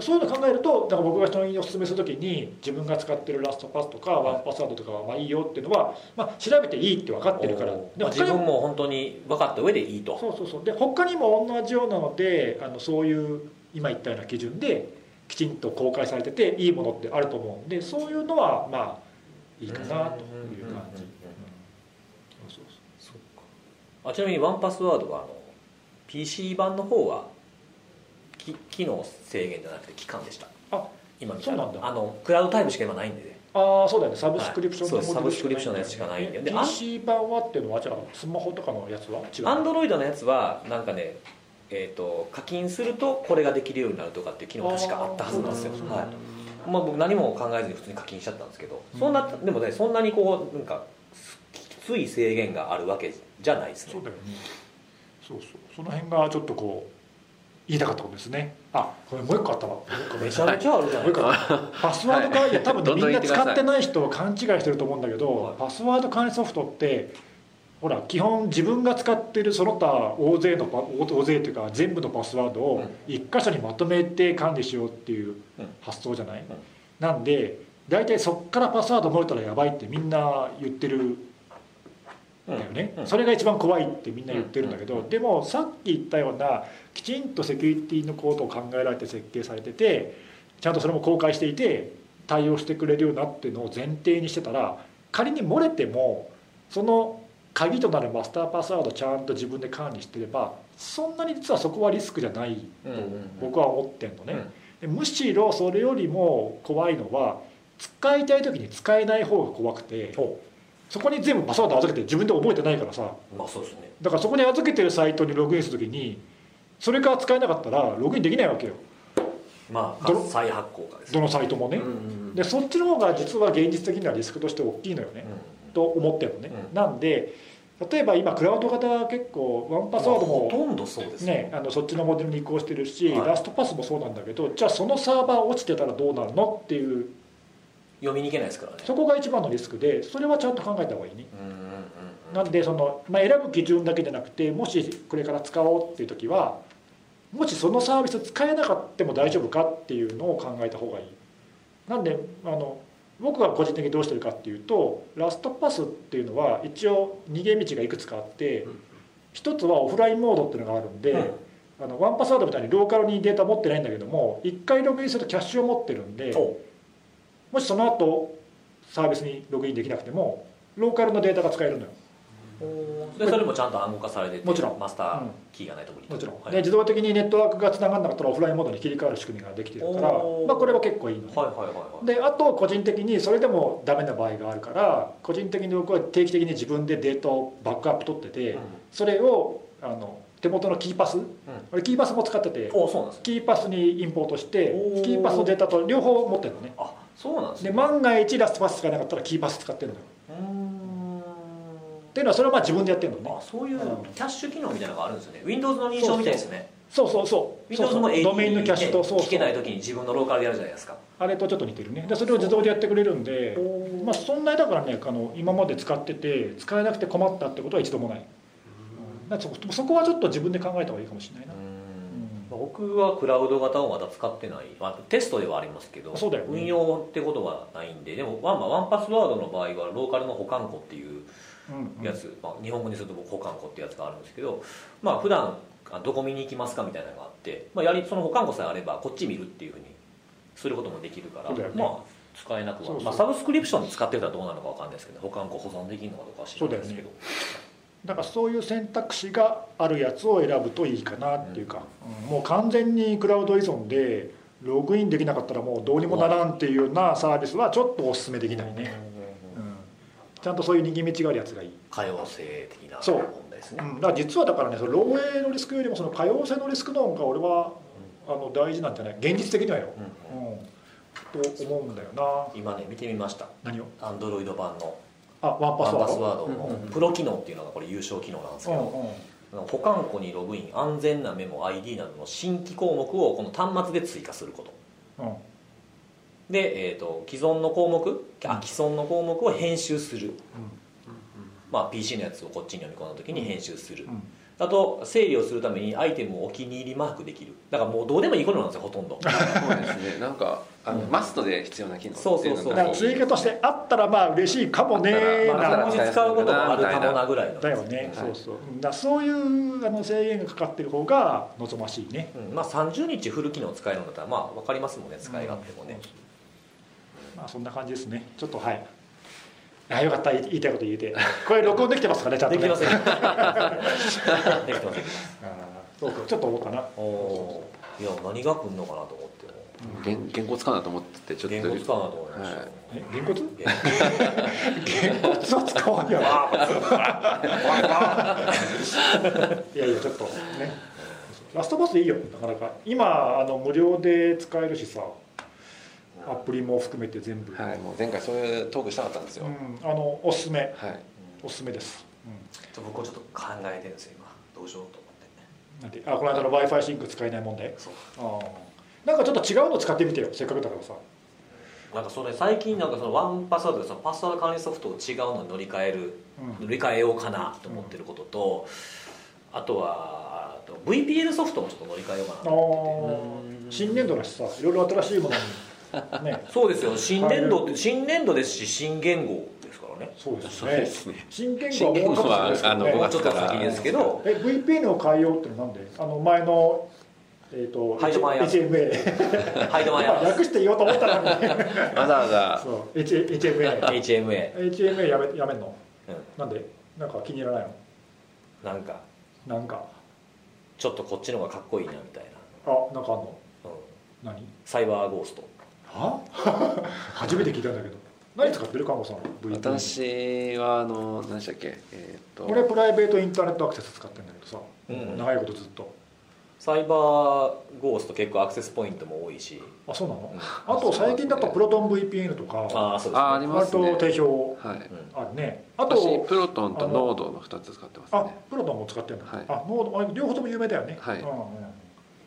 [SPEAKER 2] そういうの考えるとだから僕が人にお勧めするときに自分が使ってるラストパスとかワンパスワードとかはまあいいよっていうのは、まあ、調べていいって分かってるから
[SPEAKER 1] おー
[SPEAKER 2] で
[SPEAKER 1] まあ、
[SPEAKER 2] 他
[SPEAKER 1] 自
[SPEAKER 2] にも
[SPEAKER 1] 分も本当に分かった上でいいと
[SPEAKER 2] そうそうそうで他にも同じようなのであのそういう今言ったような基準できちんと公開されてていいものってあると思うんでそういうのはまあいいかなという感じ
[SPEAKER 1] うんうんうんうん
[SPEAKER 2] うんそうそうそう
[SPEAKER 1] あちなみにワンパスワードはあの PC 版の方はき機能制限じゃなくて期間でした
[SPEAKER 2] あ
[SPEAKER 1] 今みた
[SPEAKER 2] そ
[SPEAKER 1] いうな
[SPEAKER 2] なんだ
[SPEAKER 1] あのクラウドタイプしか今ないんでね
[SPEAKER 2] ああそうだよねサブスクリプションの
[SPEAKER 1] はいそう
[SPEAKER 2] モデルしか
[SPEAKER 1] サブスクリ
[SPEAKER 2] ないんだよね
[SPEAKER 1] プションのやつしかないんだよね
[SPEAKER 2] え PC 版はっていうのはじゃあスマホとかのやつは違う
[SPEAKER 1] アンドロイドのやつはなんかねえー、と課金するとこれができるようになるとかっていう機能確かあったはずなんですよ、
[SPEAKER 2] あーそうなんだ
[SPEAKER 1] はいまあ、僕何も考えずに普通に課金しちゃったんですけど、そんなでもねそんなにこうなんかきつい制限があるわけじゃないです
[SPEAKER 2] そ
[SPEAKER 1] ね
[SPEAKER 2] うだよねそうそうその辺がちょっとこう言いたかったことですねあこれもう一個あったわもう一個
[SPEAKER 1] めちゃめちゃあるじゃない
[SPEAKER 2] もう
[SPEAKER 1] で
[SPEAKER 2] 一
[SPEAKER 1] す
[SPEAKER 2] 個
[SPEAKER 1] か
[SPEAKER 2] パスワード管理、いや多分ね
[SPEAKER 3] どんどん
[SPEAKER 2] みんな
[SPEAKER 3] 言ってくださ
[SPEAKER 2] 使
[SPEAKER 3] い
[SPEAKER 2] ってない人は勘違いしてると思うんだけど、
[SPEAKER 1] はい
[SPEAKER 2] パスワード管理ソフトってほら基本自分が使ってるその他大勢のパ大大勢というか全部のパスワードを一箇所にまとめて管理しようっていう
[SPEAKER 1] うん
[SPEAKER 2] 発想じゃない、
[SPEAKER 1] ん
[SPEAKER 2] なんで大体そっからパスワード漏れたらやばいってみんな言ってるんだよね、
[SPEAKER 1] うんうん
[SPEAKER 2] それが一番怖いってみんな言ってるんだけど、
[SPEAKER 1] うんうん
[SPEAKER 2] でもさっき言ったようなきちんとセキュリティのことを考えられて設計されててちゃんとそれも公開していて対応してくれるようになっていうのを前提にしてたら仮に漏れてもその鍵となるマスターパスワードをちゃんと自分で管理してればそんなに実はそこはリスクじゃないと
[SPEAKER 1] うんうんうん
[SPEAKER 2] 僕は思ってんのね、でむしろそれよりも怖いのは使いたい時に使えない方が怖くてそこに全部パスワード預けて自分で覚えてないからさ
[SPEAKER 1] まあそうですね
[SPEAKER 2] だからそこに預けてるサイトにログインする時にそれから使えなかったらログインできないわけよ
[SPEAKER 1] まあ
[SPEAKER 2] どの
[SPEAKER 1] 再発行かです
[SPEAKER 2] ど
[SPEAKER 1] ね
[SPEAKER 2] のサイトもね、
[SPEAKER 3] うん
[SPEAKER 2] でそっちの方が実は現実的にはリスクとして大きいのよね、と思ってるのね、
[SPEAKER 1] うん
[SPEAKER 2] なんで例えば今クラウド型は結構ワンパスワー
[SPEAKER 1] ま
[SPEAKER 2] ド
[SPEAKER 1] あほ
[SPEAKER 2] も
[SPEAKER 1] とんどそうです
[SPEAKER 2] ねあのそっちのモデルに移行してるし、
[SPEAKER 1] はい
[SPEAKER 2] ラストパスもそうなんだけどじゃあそのサーバー落ちてたらどうなるのっていう
[SPEAKER 1] 読みに行けないですからね
[SPEAKER 2] そこが一番のリスクでそれはちゃんと考えた方がいいね
[SPEAKER 1] うんうんうんうん
[SPEAKER 2] なんでその、まあ、選ぶ基準だけじゃなくてもしこれから使おうっていう時はもしそのサービス使えなかったも大丈夫かっていうのを考えた方がいいなんであの僕が個人的にどうしてるかっていうとラストパスっていうのは一応逃げ道がいくつかあって
[SPEAKER 3] うん
[SPEAKER 2] 一つはオフラインモードっていうのがあるんで、
[SPEAKER 1] うん
[SPEAKER 2] あのワンパスワードみたいにローカルにデータ持ってないんだけども一回ログインするとキャッシュを持ってるんで
[SPEAKER 1] お
[SPEAKER 2] もしその後サービスにログインできなくてもローカルのデータが使えるのよ
[SPEAKER 1] でそれもちゃんと暗号化されてて
[SPEAKER 2] もちろん
[SPEAKER 1] マスターキーがないと無理
[SPEAKER 2] もちろん、
[SPEAKER 1] はい
[SPEAKER 2] で自動的にネットワークがつながんなかったらオフラインモードに切り替わる仕組みができてるから、
[SPEAKER 1] おー
[SPEAKER 2] まあ、これは結構いいの、
[SPEAKER 1] はいはいはいはい
[SPEAKER 2] であと個人的にそれでもダメな場合があるから個人的に僕は定期的に自分でデータをバックアップ取ってて、それをあの手元のキーパス、俺キーパスも使ってて
[SPEAKER 1] おそうなんですね
[SPEAKER 2] キーパスにインポートして
[SPEAKER 1] おー
[SPEAKER 2] キーパスのデータと両方持ってるのね
[SPEAKER 1] あそうなんです
[SPEAKER 2] で
[SPEAKER 1] ね
[SPEAKER 2] 万が一ラストパス使えなかったらキーパス使ってるのよ
[SPEAKER 1] うーん
[SPEAKER 2] っていうのはそれはまあ自分でやってるのね
[SPEAKER 1] あそういう
[SPEAKER 2] うん
[SPEAKER 1] キャッシュ機能みたいなのがあるんですよね Windows の認証みたいですよね
[SPEAKER 2] そうそうそうそう
[SPEAKER 1] Windows も
[SPEAKER 2] そう
[SPEAKER 1] AD
[SPEAKER 2] ドメインのキャッシュと
[SPEAKER 1] ね
[SPEAKER 2] そう
[SPEAKER 1] 聞けない
[SPEAKER 2] そう
[SPEAKER 1] 時に自分のローカルでやるじゃないですか
[SPEAKER 2] あれとちょっと似てるねでそれを自動でやってくれるんでまあ、そんなにだからねあの今まで使ってて使えなくて困ったってことは一度もない、うん、だからそそこはちょっと自分で考えた方がいいかもしれないな
[SPEAKER 1] う、ん僕はクラウド型をまだ使ってない、まあ、テストではありますけど
[SPEAKER 2] そうだよね
[SPEAKER 1] 運用ってことはないんででもワン,、まあ、ワンパスワードの場合はローカルの保管庫っていう
[SPEAKER 2] うんうん
[SPEAKER 1] やつ、まあ、日本語にすると僕保管庫ってやつがあるんですけどまあ普段あどこ見に行きますかみたいなのがあって、まあ、やりその保管庫さえあればこっち見るっていうふうにすることもできるから、
[SPEAKER 2] そうだよね
[SPEAKER 1] まあ使えなくは
[SPEAKER 2] そうそう
[SPEAKER 1] まあ、サブスクリプション使ってたらどうなのかわかんないですけど保管庫保存できるのかどうかは知らないですけど、
[SPEAKER 2] だからそういう選択肢があるやつを選ぶといいかなっていうか、うんもう完全にクラウド依存でログインできなかったらもうどうにもならんっていうようなサービスはちょっとお勧めできないね、うん、ちゃんとそういう逃げ道があるやつがいい
[SPEAKER 1] 可用性的な
[SPEAKER 2] そう
[SPEAKER 1] 問題ですね
[SPEAKER 2] うん、だから実はだからねその漏洩のリスクよりもその可用性のリスクの方が俺はあの大事なんじゃない現実的にはよ、
[SPEAKER 1] うん
[SPEAKER 2] うんと思うんだよな
[SPEAKER 1] 今ね見てみました
[SPEAKER 2] 何を
[SPEAKER 1] アンドロイド版の
[SPEAKER 2] あワンパ
[SPEAKER 1] ワ
[SPEAKER 2] ス
[SPEAKER 1] ンパ
[SPEAKER 2] ワ
[SPEAKER 1] ス
[SPEAKER 2] ード
[SPEAKER 1] ワードのプロ機能っていうのがこれ優勝機能なんですけど、
[SPEAKER 2] うんうん
[SPEAKER 1] あの保管庫にログイン安全なメモ ID などの新規項目をこの端末で追加すること
[SPEAKER 2] うん
[SPEAKER 1] で、えー、と既存の項目
[SPEAKER 2] う
[SPEAKER 1] あ
[SPEAKER 2] ん
[SPEAKER 1] 既存の項目を編集する、
[SPEAKER 3] うん
[SPEAKER 1] まあ、PC のやつをこっちに読み込んだ時に編集する、
[SPEAKER 2] うん
[SPEAKER 1] あと整理をするためにアイテムをお気に入りマークできるだからもうどうでもいいことなんですよほと んど
[SPEAKER 3] そうですねなんかあの、マストで必要な機能
[SPEAKER 1] そうそうそう
[SPEAKER 2] だから追加としてあったらまあ嬉しいかもねー
[SPEAKER 1] まあ
[SPEAKER 3] だ
[SPEAKER 1] た
[SPEAKER 3] から
[SPEAKER 2] な
[SPEAKER 1] まに使うこともあるかもなぐらいの
[SPEAKER 2] だよね、
[SPEAKER 3] はい
[SPEAKER 2] そうそううんだからそういうあの制限がかかってる方が望ましいね
[SPEAKER 1] うんまあ、30日フル機能使えるんだったらまあ分かりますもんね使い勝手もね、
[SPEAKER 2] まあそんな感じですねちょっとはいあよかった言い言いたいこと言えてこれ録音できてますかねちゃんと
[SPEAKER 1] で
[SPEAKER 2] ね
[SPEAKER 1] きま せんできてません
[SPEAKER 2] あーそうそうちょっと思うかな
[SPEAKER 1] おおーいや何が来るのかなと思っても
[SPEAKER 3] 原原稿使うなと思っててちょっと
[SPEAKER 1] 言語使うなと思いました
[SPEAKER 3] は
[SPEAKER 1] よ
[SPEAKER 3] い
[SPEAKER 2] えげんこつ
[SPEAKER 1] 言語
[SPEAKER 2] げんこつを使わんやろいやいやちょっとねラストボスいいよなかなか今あの無料で使えるしさアプリも含めて全部、
[SPEAKER 3] はい、もう前回そういうトークしたかったんですよ、
[SPEAKER 2] う
[SPEAKER 3] はい
[SPEAKER 2] ん、あのおすすめおすすめです、
[SPEAKER 1] ちょ僕はちょっと考えてるんですよ今どうしようと思っ
[SPEAKER 2] うん、なんてあこの間の w i f i シンク使えない問題
[SPEAKER 1] てそう
[SPEAKER 2] あーなんかちょっと違うの使ってみてよせっかくだからさ
[SPEAKER 1] なんかそれ最近なんかそのワンパスワードでそのパスワード管理ソフトを違うのに乗り換える
[SPEAKER 2] うん
[SPEAKER 1] 乗り換えようかなと思ってることとあとはあと VPN ソフトもちょっと乗り換えようかな
[SPEAKER 2] あ
[SPEAKER 1] と思ってて
[SPEAKER 2] ー新年度だしさいろいろ新しいものにね
[SPEAKER 1] そうですよ新年度って新年度ですし新言語ですからね
[SPEAKER 2] そうです
[SPEAKER 3] そうで
[SPEAKER 2] ね
[SPEAKER 3] すね
[SPEAKER 2] 新言
[SPEAKER 3] 新言
[SPEAKER 2] 語
[SPEAKER 3] 語
[SPEAKER 2] は
[SPEAKER 3] は
[SPEAKER 2] もうちょっとですけ
[SPEAKER 3] あ
[SPEAKER 2] ど
[SPEAKER 3] の
[SPEAKER 1] まあちょっ
[SPEAKER 2] ね
[SPEAKER 3] 5月か
[SPEAKER 1] と
[SPEAKER 3] ら
[SPEAKER 1] 先ですけど
[SPEAKER 2] え VPN を変えようってのはなんであの前のえっ、と
[SPEAKER 1] ハイドマイヤ
[SPEAKER 2] HMA
[SPEAKER 1] ハイドマイ
[SPEAKER 2] 今
[SPEAKER 1] ヤ
[SPEAKER 2] 略して言おうと思った ら、ね、
[SPEAKER 3] わざわざ
[SPEAKER 2] そう H- HMA
[SPEAKER 1] HMA、
[SPEAKER 2] HMA やめやめんの
[SPEAKER 1] うん、
[SPEAKER 2] なんでなんか気に入らない
[SPEAKER 1] なんか
[SPEAKER 2] のなんか
[SPEAKER 1] ちょっとこっちの方がかっこいいなみたい
[SPEAKER 2] あなんかあんの
[SPEAKER 1] な、うん、
[SPEAKER 2] 何
[SPEAKER 1] サイバーゴースト
[SPEAKER 2] は 初めて聞いたんだけど何使ってる看護さんは VPN
[SPEAKER 3] 私はあの何でしたっけえーっと
[SPEAKER 2] 俺プライベートインターネットアクセス使ってるんだけどさ、
[SPEAKER 1] うん
[SPEAKER 2] 長いことずっと
[SPEAKER 1] サイバーゴースト結構アクセスポイントも多いし、
[SPEAKER 2] あそうなの
[SPEAKER 1] うん、
[SPEAKER 2] あと最近だとプロトン VPN とか
[SPEAKER 1] ああそうですね
[SPEAKER 3] あありま
[SPEAKER 2] 割
[SPEAKER 3] す
[SPEAKER 2] と
[SPEAKER 3] ね
[SPEAKER 2] 定評
[SPEAKER 3] はい
[SPEAKER 1] うん
[SPEAKER 2] あるねあ
[SPEAKER 3] 私
[SPEAKER 2] と
[SPEAKER 3] プロトンとノードの2つ使ってます
[SPEAKER 2] あ
[SPEAKER 3] ね
[SPEAKER 2] プロトンも使ってるの、
[SPEAKER 3] はい
[SPEAKER 2] あノードあ両方とも有名だよね、
[SPEAKER 3] はい
[SPEAKER 2] うんうん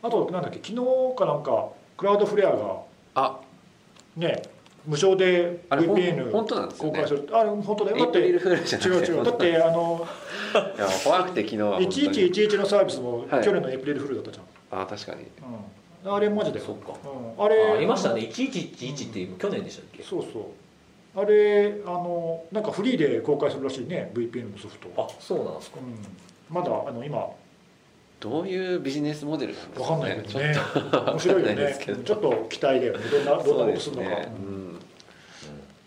[SPEAKER 2] あとなんだっけ昨日かなんかクラウドフレアが
[SPEAKER 3] あ
[SPEAKER 2] ね無償で
[SPEAKER 3] あれほん
[SPEAKER 2] VPN
[SPEAKER 3] 本当なんですよ
[SPEAKER 2] 公
[SPEAKER 3] ね
[SPEAKER 2] 開するあれ本当だよ
[SPEAKER 3] エ
[SPEAKER 2] だ
[SPEAKER 3] イ
[SPEAKER 2] っ
[SPEAKER 3] プ
[SPEAKER 2] て
[SPEAKER 3] リ
[SPEAKER 2] 違
[SPEAKER 3] ルフールじゃな
[SPEAKER 2] う
[SPEAKER 3] くて
[SPEAKER 2] 違うだってあの
[SPEAKER 3] いや怖くて昨日は本当に
[SPEAKER 2] 1111のサービスも
[SPEAKER 3] はい
[SPEAKER 2] 去年のエイプリルフールだったじゃ
[SPEAKER 3] あ確かに
[SPEAKER 2] ん、うんあれマジだよ
[SPEAKER 1] そっか
[SPEAKER 2] うん、あれ
[SPEAKER 1] あありましたね1111って去年でしたっけ
[SPEAKER 2] そうそうあれあのなんかフリーで公開するらしいね VPN のソフト
[SPEAKER 1] あそうなんですか
[SPEAKER 2] うん、まだあの今わ
[SPEAKER 3] どういうビジネスモデルなんです
[SPEAKER 2] かんないけどね面白いよ
[SPEAKER 3] わかんないで
[SPEAKER 2] ね
[SPEAKER 3] すけど
[SPEAKER 2] ちょっと期待だよねどんなど
[SPEAKER 3] そ
[SPEAKER 2] ん
[SPEAKER 3] う
[SPEAKER 2] なこ
[SPEAKER 3] で
[SPEAKER 2] とす
[SPEAKER 3] す
[SPEAKER 2] るのか、
[SPEAKER 3] ね、う
[SPEAKER 2] うん
[SPEAKER 3] ん、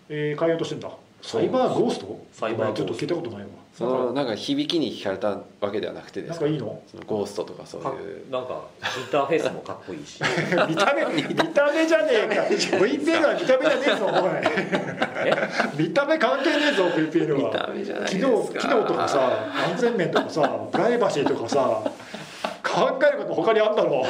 [SPEAKER 2] えー変えようとしてんだ
[SPEAKER 1] そ
[SPEAKER 2] サ
[SPEAKER 1] う
[SPEAKER 2] イバーゴースト
[SPEAKER 1] サイバーゴースト
[SPEAKER 2] ちょっと聞いたことないわ
[SPEAKER 3] そのなんか響きに惹かれたわけではなくてで
[SPEAKER 2] なん
[SPEAKER 3] す
[SPEAKER 2] か
[SPEAKER 3] ね
[SPEAKER 2] いいの
[SPEAKER 3] そのゴーストとかそう
[SPEAKER 1] か
[SPEAKER 3] いう
[SPEAKER 1] なんかインターフェースもかっ こいいし
[SPEAKER 2] 見た目見た目じゃねえか VPN は見た目じゃねえぞお
[SPEAKER 1] え
[SPEAKER 2] い見た目関係ねえぞ VPN
[SPEAKER 3] 見
[SPEAKER 2] は
[SPEAKER 3] た目じゃない
[SPEAKER 2] 機
[SPEAKER 3] で
[SPEAKER 2] 能
[SPEAKER 3] すか
[SPEAKER 2] 機能とかさ安全面とかさプライバシーとかさ考えること他にあんだろう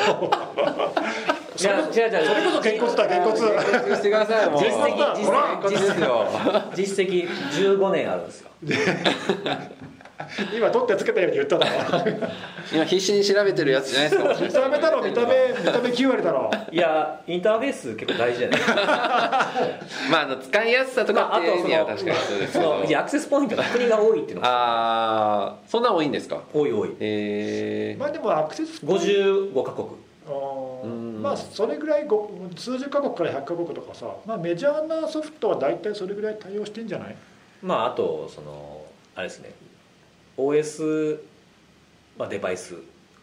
[SPEAKER 1] いや違う違う
[SPEAKER 2] それこそげんこつだげんこつ
[SPEAKER 3] 実してくださいもう
[SPEAKER 1] 実績実績
[SPEAKER 2] ほらほら
[SPEAKER 1] 実
[SPEAKER 3] ですよ
[SPEAKER 1] 績実績15年あるんですよ
[SPEAKER 2] 今取ってつけたように言っただろ
[SPEAKER 3] 今必死に調べてるやつじゃないですか
[SPEAKER 2] 見た目だろ見た目見た目9割だろ
[SPEAKER 1] いやインターフェース結構大事じゃないですか
[SPEAKER 3] まああの使いやすさと
[SPEAKER 1] ま
[SPEAKER 3] か
[SPEAKER 1] ああ
[SPEAKER 3] って
[SPEAKER 1] と
[SPEAKER 3] いう意
[SPEAKER 1] そ
[SPEAKER 3] 味は確かにそうで
[SPEAKER 1] の
[SPEAKER 3] すけ
[SPEAKER 1] そ
[SPEAKER 3] ど
[SPEAKER 1] のいやアクセスポイントの国が多いっていうのも
[SPEAKER 3] ああそんなん多いんですか
[SPEAKER 1] 多い多い
[SPEAKER 3] え
[SPEAKER 2] まあでもアクセス
[SPEAKER 1] 55カ国
[SPEAKER 2] あー
[SPEAKER 3] うん
[SPEAKER 2] まあそれぐらいご数十カ国から100カ国とかさ、まあ、メジャーなソフトは大体それぐらい対応してんじゃない
[SPEAKER 1] まああとそのあれですね OS、まあ、デバイス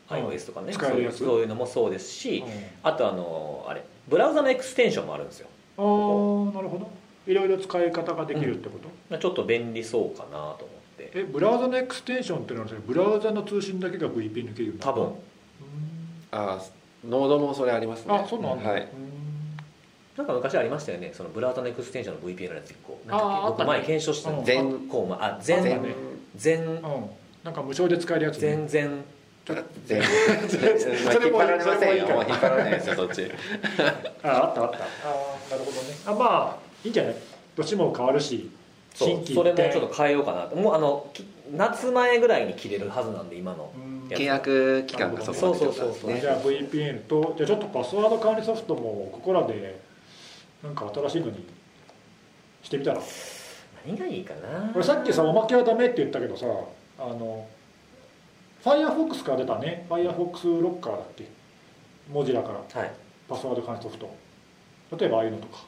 [SPEAKER 1] iOS とかね、
[SPEAKER 2] 使えるやつ
[SPEAKER 1] そういうそういうのもそうですし、
[SPEAKER 2] うん
[SPEAKER 1] あとあのあれブラウザのエクステンションもあるんですよ
[SPEAKER 2] ああなるほどいろいろ使い方ができるってこと、
[SPEAKER 1] まあちょっと便利そうかなと思って
[SPEAKER 2] えブラウザのエクステンションっていうのはそれブラウザの通信だけが VPN 経由
[SPEAKER 1] 多
[SPEAKER 2] なの
[SPEAKER 1] 分
[SPEAKER 2] う
[SPEAKER 3] ー、あーノードもそれあります
[SPEAKER 2] ん
[SPEAKER 3] ね
[SPEAKER 2] あそうなんだ、
[SPEAKER 3] はい
[SPEAKER 2] うん
[SPEAKER 1] なんか昔ありましたよねそのブラウザのエクステンションの VPN のやつ結構
[SPEAKER 2] あ
[SPEAKER 1] なん
[SPEAKER 2] ー
[SPEAKER 1] だっけ
[SPEAKER 2] あっ
[SPEAKER 1] 僕
[SPEAKER 2] たね
[SPEAKER 1] 前検証したの
[SPEAKER 3] 全
[SPEAKER 1] こうまあ
[SPEAKER 2] あった
[SPEAKER 1] 全
[SPEAKER 2] ね
[SPEAKER 1] 全
[SPEAKER 2] うん、なんか無償で使えるやつ、ね、
[SPEAKER 1] 全然
[SPEAKER 3] 全
[SPEAKER 2] それも
[SPEAKER 3] 引っ張られませんよ
[SPEAKER 2] それもいいから
[SPEAKER 3] 引っ張られないですよそっ
[SPEAKER 2] ああ
[SPEAKER 3] ち
[SPEAKER 2] ったあったあーなるほどねあまあいいんじゃない年も変わるし
[SPEAKER 1] そう
[SPEAKER 2] 新規
[SPEAKER 1] それ
[SPEAKER 2] 一
[SPEAKER 1] も
[SPEAKER 2] 点
[SPEAKER 1] ちょっと変えようかなともうあのき夏前ぐらいに切れるはずなんで今の
[SPEAKER 2] うん
[SPEAKER 1] や
[SPEAKER 3] 契約期間がそこまでってことなんです
[SPEAKER 1] そうそうそうそう
[SPEAKER 3] ね
[SPEAKER 2] じゃあ VPN とじゃあちょっとパスワード管理ソフトもここらでなんか新しいのにしてみたら
[SPEAKER 1] 何がいいかな
[SPEAKER 2] これさっきさおまけはダメって言ったけどさあの Firefox から出たね Firefox ロッカーだっけモジラから
[SPEAKER 1] はい
[SPEAKER 2] パスワード管理ソフト例えばああいうのとか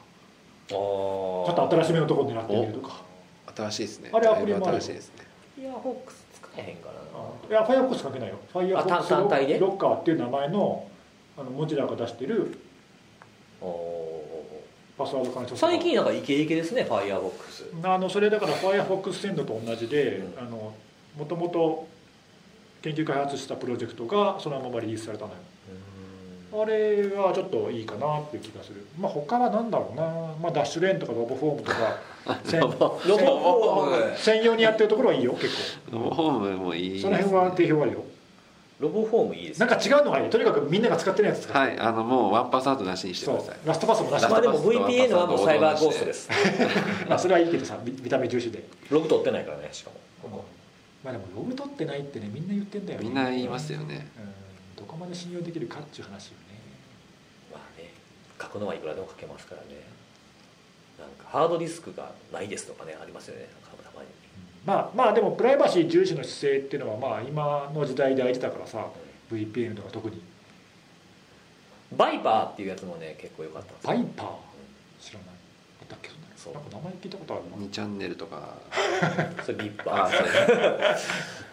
[SPEAKER 1] あ
[SPEAKER 2] ちょっ
[SPEAKER 1] あ
[SPEAKER 2] と新しめのところ狙ってみるとか
[SPEAKER 3] 新しいですね
[SPEAKER 2] あれアプリ
[SPEAKER 3] だいぶ
[SPEAKER 2] もある
[SPEAKER 3] 新しいですね
[SPEAKER 1] イヤホックス使えへんから
[SPEAKER 2] あいや Firefox 関係ないよ
[SPEAKER 1] あ単
[SPEAKER 2] Firefox
[SPEAKER 1] 単体で
[SPEAKER 2] ロッカーっていう名前のあのモジラが出してる
[SPEAKER 1] なお
[SPEAKER 2] パスワード管理
[SPEAKER 1] ー
[SPEAKER 2] ソフト
[SPEAKER 1] 最近なんかイケイケですねファイアボックス
[SPEAKER 2] あのそれだから Firefox センドと同じで
[SPEAKER 1] うん
[SPEAKER 2] あのもともと研究開発したプロジェクトがそのままリリースされたのよあれはちょっといいかなっていう気がするまあ他は何だろうな、まあ、ダッシュレーンとかロボフォームとかせん
[SPEAKER 1] ロ
[SPEAKER 2] せん
[SPEAKER 1] ボフォーム
[SPEAKER 2] 専用にやってるところはいいよ結
[SPEAKER 3] ロボホームもいい
[SPEAKER 2] 構
[SPEAKER 3] です
[SPEAKER 2] そ
[SPEAKER 3] ね
[SPEAKER 2] の辺は定評あるよ
[SPEAKER 1] ロボフォームいいです
[SPEAKER 2] なん
[SPEAKER 1] ね
[SPEAKER 2] か違うのがいいとにかくみんなが使ってないやつ使う、
[SPEAKER 3] はいあのもうワンパスアウトなしにしてく
[SPEAKER 2] そ
[SPEAKER 3] ださいう
[SPEAKER 2] ラストパスもなし
[SPEAKER 1] まあ
[SPEAKER 2] だ
[SPEAKER 1] でも VPN はもうサイバーゴーストです
[SPEAKER 2] まあそれはいいけどさ見見た目重視で
[SPEAKER 1] ログ取ってないからねしかも
[SPEAKER 2] まあでもログ取ってないってねみんな言ってんだよね
[SPEAKER 3] みんな言いますよね
[SPEAKER 2] うんどこまで信用できるかっていう話よね
[SPEAKER 1] まあね書くのはいくらでも書けますからねなんかハードディスクがないですとかねありますよねなんかたまに
[SPEAKER 2] まあまあでもプライバシー重視の姿勢っていうのはまあ今の時代で大事だからさ VPN とか特に
[SPEAKER 1] バイパーっていうやつもね結構良かったんですよ
[SPEAKER 2] バイパー知らないあったっけそ
[SPEAKER 1] そ
[SPEAKER 2] ん
[SPEAKER 1] う
[SPEAKER 2] なのなんか名前聞いたことあるな
[SPEAKER 3] 2チャンネルとか
[SPEAKER 1] それビッ
[SPEAKER 3] あ
[SPEAKER 1] パー
[SPEAKER 3] そう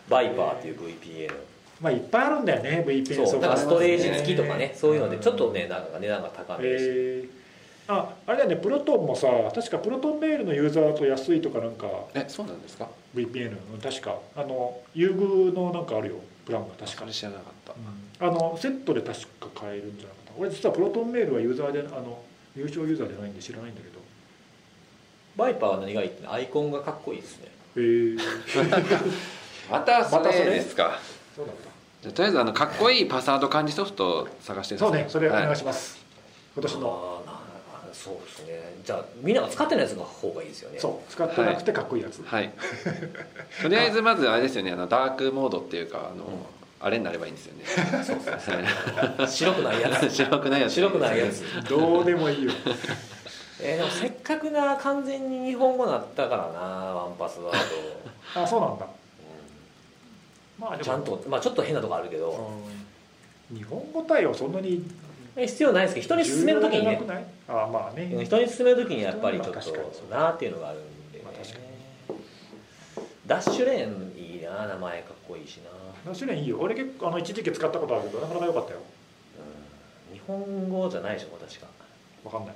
[SPEAKER 1] バイパーっていう VPN
[SPEAKER 2] まあいっぱいあるんだよね VPN
[SPEAKER 1] そうなんかストレージ付きとかねそういうので
[SPEAKER 2] ん
[SPEAKER 1] ちょっとねなんか値段が高めです
[SPEAKER 2] えーああれだよねプロトンもさ確かプロトンメールのユーザーと安いとかなんか
[SPEAKER 3] えそうなんですか
[SPEAKER 2] VPN うん確かあの優遇のなんかあるよプランが確か
[SPEAKER 3] それ知らなかった
[SPEAKER 2] あのセットで確か買えるんじゃなかった俺実はプロトンメールはユーザーであの優勝ユーザーじゃないんで知らないんだけど
[SPEAKER 1] バイパーは何がいいってねアイコンがかっこいいですね
[SPEAKER 2] へえ
[SPEAKER 3] またそ
[SPEAKER 2] またそ
[SPEAKER 3] れ
[SPEAKER 2] れ
[SPEAKER 3] ですか
[SPEAKER 2] そうなんだ
[SPEAKER 3] じゃあとりあえずあのかっこいいパスワード管理ソフトを探してくだ
[SPEAKER 2] そう
[SPEAKER 3] さい
[SPEAKER 2] ねそれお願
[SPEAKER 3] はい
[SPEAKER 2] します、今年の
[SPEAKER 1] ああなそうですねじゃあみんなが使ってないやつの方がいいですよね
[SPEAKER 2] そう使ってなくてかっこいいやつ、
[SPEAKER 3] はい、とりあえずまずあれですよねあのダークモードっていうかあの、
[SPEAKER 1] うん
[SPEAKER 3] あれになればいいんですよね
[SPEAKER 1] そうそう白くないや つ
[SPEAKER 3] 白くないやつ
[SPEAKER 1] 白くないやつ
[SPEAKER 2] どうでもいい よ
[SPEAKER 1] えーでもせっかくな完全に日本語なったからなワンパスワー ド、
[SPEAKER 2] あそうなんだまあ
[SPEAKER 1] う
[SPEAKER 2] で
[SPEAKER 1] んち
[SPEAKER 2] も
[SPEAKER 1] ゃんとまあちょっと変なとこあるけど
[SPEAKER 2] うん日本語対応そんなに
[SPEAKER 1] え必要ないですけど人に勧めるときに
[SPEAKER 2] 重
[SPEAKER 1] ね
[SPEAKER 2] 要じゃなくないあまあね、
[SPEAKER 1] うん人に勧めるときにやっぱりちょっ
[SPEAKER 2] まあ
[SPEAKER 1] と
[SPEAKER 2] 確かにそう
[SPEAKER 1] なあっていうのがあるんでね
[SPEAKER 2] まあ確かに
[SPEAKER 1] ダッシュレーンいいな名前かっこいいしな、
[SPEAKER 2] ダッシュレーンいいよ俺結構あの一時期使ったことあるけどなかなか良かったよ
[SPEAKER 1] うん日本語じゃないでしょ確か
[SPEAKER 2] わ かんない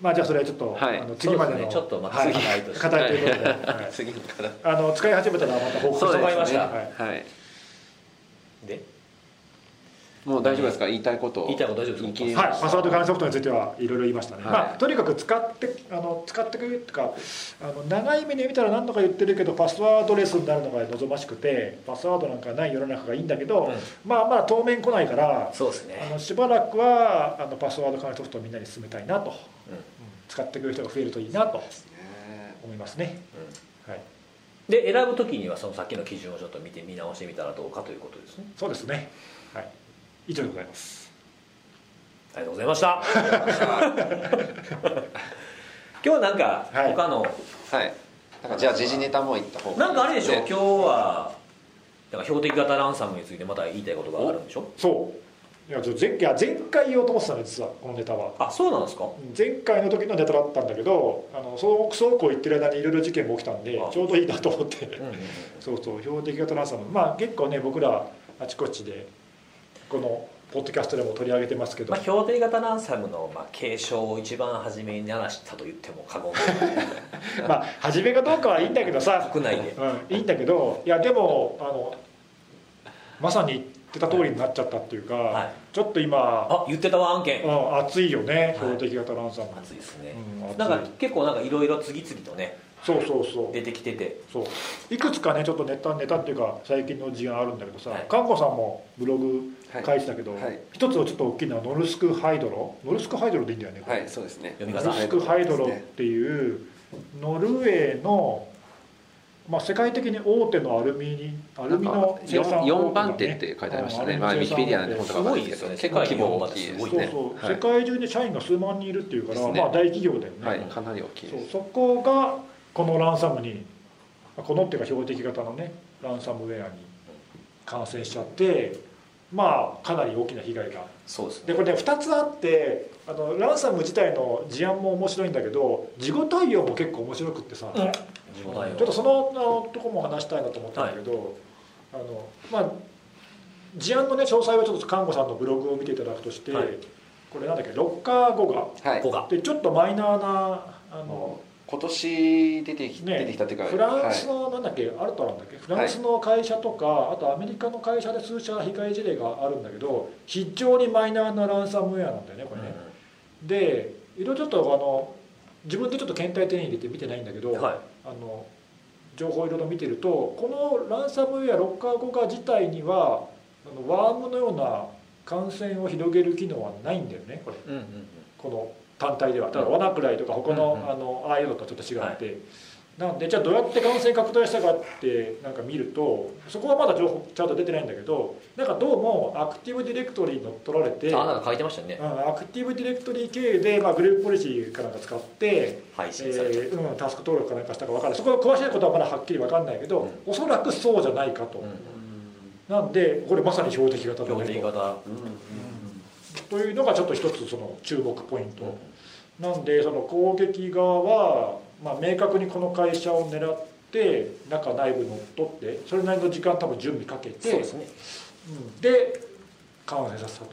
[SPEAKER 2] まあじゃあそれはちょっと、
[SPEAKER 3] はい
[SPEAKER 2] あの次までの
[SPEAKER 1] そうですねちょっとまた
[SPEAKER 2] はい
[SPEAKER 1] 次回として
[SPEAKER 2] 課題ということで、はい
[SPEAKER 3] 次のから
[SPEAKER 2] あの使い始めたらまた報告
[SPEAKER 3] そう
[SPEAKER 1] ですね
[SPEAKER 2] はい、
[SPEAKER 3] はい
[SPEAKER 1] で
[SPEAKER 3] もう大丈夫ですか言いたいことを
[SPEAKER 1] 言いたいこと大丈夫ですか
[SPEAKER 3] 言い切れ
[SPEAKER 2] はい、
[SPEAKER 3] まし
[SPEAKER 2] パスワード管理ソフトについてはいろいろ言いましたね、
[SPEAKER 3] はい
[SPEAKER 2] まあ、とにかく使ってあの使ってくるとかあの長い目で見たら何度か言ってるけどパスワードレスになるのが望ましくてパスワードなんかない世の中がいいんだけど、まあまあ当面来ないから
[SPEAKER 1] そうです
[SPEAKER 2] あの
[SPEAKER 1] ね、
[SPEAKER 2] しばらくはあのパスワード管理ソフトをみんなに勧めたいなと、
[SPEAKER 1] うんうん
[SPEAKER 2] 使ってくれる人が増えるといいなと
[SPEAKER 3] ね
[SPEAKER 2] 思いますね、はい、
[SPEAKER 1] で選ぶときにはそのさっきの基準をちょっと見て見直してみたらどうかということですね
[SPEAKER 2] そうですねはい以上でございます
[SPEAKER 1] ありがとうございました 今日なんか
[SPEAKER 2] はい
[SPEAKER 1] 他の、
[SPEAKER 3] はいなんかじゃあ時事ネタも言った方がいい
[SPEAKER 1] なんかあれでしょ、
[SPEAKER 3] ね
[SPEAKER 1] 今日はなんか標的型ランサムについてまた言いたいことがあるんでしょ
[SPEAKER 2] そういやちょ前いや前回言おうと思ってたの実はこのネタは
[SPEAKER 1] あそうなんですか
[SPEAKER 2] 前回の時のネタだったんだけどあのそうそうこう言ってる間にいろいろ事件が起きたんで
[SPEAKER 1] あ
[SPEAKER 2] ちょうどいいなと思って
[SPEAKER 1] う んうんうん
[SPEAKER 2] そうそう標的型ランサムまあ結構ね僕らあちこちでこのポッドキャストでも取り上げてます けど、
[SPEAKER 1] まあ、標的型ランサムの、まあ、継承を一番初めに鳴らしたと言っても過言で はない
[SPEAKER 2] まあ初めかどうかはいいんだけどさ、
[SPEAKER 1] 国内で
[SPEAKER 2] うん、いいんだけどいやでもあのまさに言ってた通りになっちゃったっていうか、
[SPEAKER 1] はい
[SPEAKER 2] ちょっと今、
[SPEAKER 1] あ言ってたわ案件
[SPEAKER 2] うん、熱いよね
[SPEAKER 1] い
[SPEAKER 2] 標的型ランサム、
[SPEAKER 1] 熱いですね、
[SPEAKER 2] うん
[SPEAKER 1] なんか
[SPEAKER 2] 熱い
[SPEAKER 1] 結構なんかいろいろ次々とね
[SPEAKER 2] そうそうそう
[SPEAKER 1] 出てきてて
[SPEAKER 2] そういくつかねちょっとネタネタっていうか最近の事案あるんだけどさ、
[SPEAKER 1] はい
[SPEAKER 2] 看護さんもブログ
[SPEAKER 3] はい
[SPEAKER 2] 書いてたけど、
[SPEAKER 3] はい
[SPEAKER 2] 一つちょっと大きいのはノルスクハイドロノルスクハイドロでいいんだよね、こ
[SPEAKER 3] は
[SPEAKER 2] れ
[SPEAKER 3] いそうですね
[SPEAKER 1] 読み
[SPEAKER 2] ノ
[SPEAKER 1] 方
[SPEAKER 2] ルスクハイドロっていうノルウェーの、まあ、世界的に大手のアルミにアルミの生産
[SPEAKER 3] 4,
[SPEAKER 2] 4
[SPEAKER 3] 番手って書いてありましたね、まあ、ウィキペディアなんで本当はわかんないですけど、
[SPEAKER 1] す
[SPEAKER 3] 結
[SPEAKER 1] ご
[SPEAKER 3] 構
[SPEAKER 1] いです
[SPEAKER 3] 規
[SPEAKER 1] よね
[SPEAKER 3] 模大きいですね。
[SPEAKER 2] そうそう、
[SPEAKER 3] はい
[SPEAKER 2] 世界中に社員が数万人いるっていうから、
[SPEAKER 3] ですね
[SPEAKER 2] まあ大企業だよね、
[SPEAKER 3] はい、かなり大きい
[SPEAKER 2] そう
[SPEAKER 3] です。
[SPEAKER 2] そこがこのランサムにこのっていうか標的型のねランサムウェアに感染しちゃってまあかなり大きな被害が
[SPEAKER 1] そうですね
[SPEAKER 2] でこれね2つあってあのランサム自体の事案も面白いんだけど事後対応も結構面白くってさ、
[SPEAKER 1] うん
[SPEAKER 2] ちょっとそのあのとこも話したいなと思ったんだけど、あのまあ事案のね詳細はちょっと看護さんのブログを見ていただくとして、
[SPEAKER 1] はい
[SPEAKER 2] これなんだっけロッカー後が
[SPEAKER 3] はい
[SPEAKER 1] こ、が
[SPEAKER 2] でちょっとマイナーなあの
[SPEAKER 3] もう今年出てき、
[SPEAKER 2] ね
[SPEAKER 3] 出てきたっていうか、
[SPEAKER 2] フランス
[SPEAKER 3] はい
[SPEAKER 2] のなんだっけ、アルトなんだっけフランスの会社とか、あとアメリカの会社で数社被害事例があるんだけど非常にマイナーなランサムウェアなんだよねこれね、でいろいろちょっとあの自分でちょっと検体手に入れて見てないんだけど、
[SPEAKER 1] はい
[SPEAKER 2] あの情報いろいろ見てるとこのランサムウェアロッカー効果自体にはあのワームのような感染を広げる機能はないんだよねこれ
[SPEAKER 1] うんうん
[SPEAKER 2] この単体ではただ罠くらいとか他の,、
[SPEAKER 3] うんうん
[SPEAKER 2] あのああいうのとはちょっと違って、なんでじゃあどうやって感染拡大したかってなんか見るとそこはまだ情報ちゃんと出てないんだけどなんかどうもアクティブディレクトリに乗っ取られて
[SPEAKER 1] うんあなんか書いてましたよね
[SPEAKER 2] うんアクティブディレクトリ経由で、まあ、グループポリシーかなんか使って、
[SPEAKER 1] 配
[SPEAKER 2] え
[SPEAKER 1] 信されて
[SPEAKER 2] ーうん、タスク登録かなんかしたか分からないそこ詳しいことはまだはっきり分かんないけど、おそらくそうじゃないかと、なんでこれまさに標的型だ
[SPEAKER 1] 標
[SPEAKER 2] ね
[SPEAKER 1] 的
[SPEAKER 2] と
[SPEAKER 1] 型
[SPEAKER 3] うんうん
[SPEAKER 2] というのがちょっと一つその注目ポイント、なんでその攻撃側は、まあ、明確にこの会社を狙って中内部乗っ取ってそれなりの時間多分準備かけて
[SPEAKER 1] そうですね
[SPEAKER 2] うんで完成させたと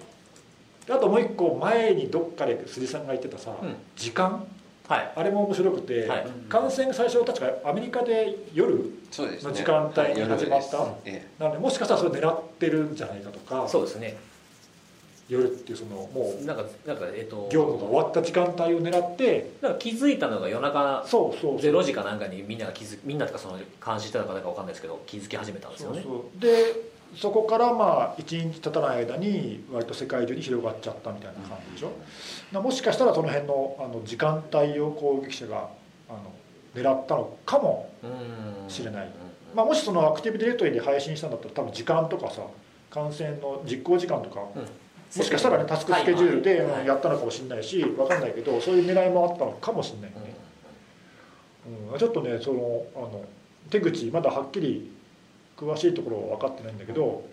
[SPEAKER 2] であともう一個前にどっかで辻さんが言ってたさ、
[SPEAKER 1] うん
[SPEAKER 2] 時間
[SPEAKER 1] はい
[SPEAKER 2] あれも面白くて、
[SPEAKER 1] はい
[SPEAKER 2] 感染最初確かアメリカで夜
[SPEAKER 3] そうですね。
[SPEAKER 2] の時間帯に始まった
[SPEAKER 3] はい夜ですえ
[SPEAKER 2] なのでもしかしたらそれ狙ってるんじゃないかとか
[SPEAKER 1] そうですね
[SPEAKER 2] 夜っていうそのもう
[SPEAKER 1] なんかなんかえっと
[SPEAKER 2] 業務が終わった時間帯を狙って
[SPEAKER 1] なんか気づいたのが夜中
[SPEAKER 2] そうそうそう
[SPEAKER 1] 0時かなんかにみんなが気づみんなとかその監視してたのかなんかわかんないですけど気づき始めたんです
[SPEAKER 2] そ
[SPEAKER 1] よ
[SPEAKER 2] う
[SPEAKER 1] ね
[SPEAKER 2] そうでそこからまあ1日経たない間に割と世界中に広がっちゃったみたいな感じでしょ、なもしかしたらその辺のあの時間帯を攻撃者があの狙ったのかも、
[SPEAKER 1] うん
[SPEAKER 2] 知らない
[SPEAKER 1] うん
[SPEAKER 2] まあ、もしそのアクティブディレクトリーで配信したんだったら多分時間とかさ感染の実行時間とかも
[SPEAKER 1] うん
[SPEAKER 2] しかしたらねタスクスケジュール
[SPEAKER 1] は
[SPEAKER 2] で
[SPEAKER 1] いはい
[SPEAKER 2] うんやったのかもしれないし分かんないけどそういう狙いもあったのかもしれないよね、うん、ちょっとねそのあの手口まだはっきり詳しいところは分かってないんだけど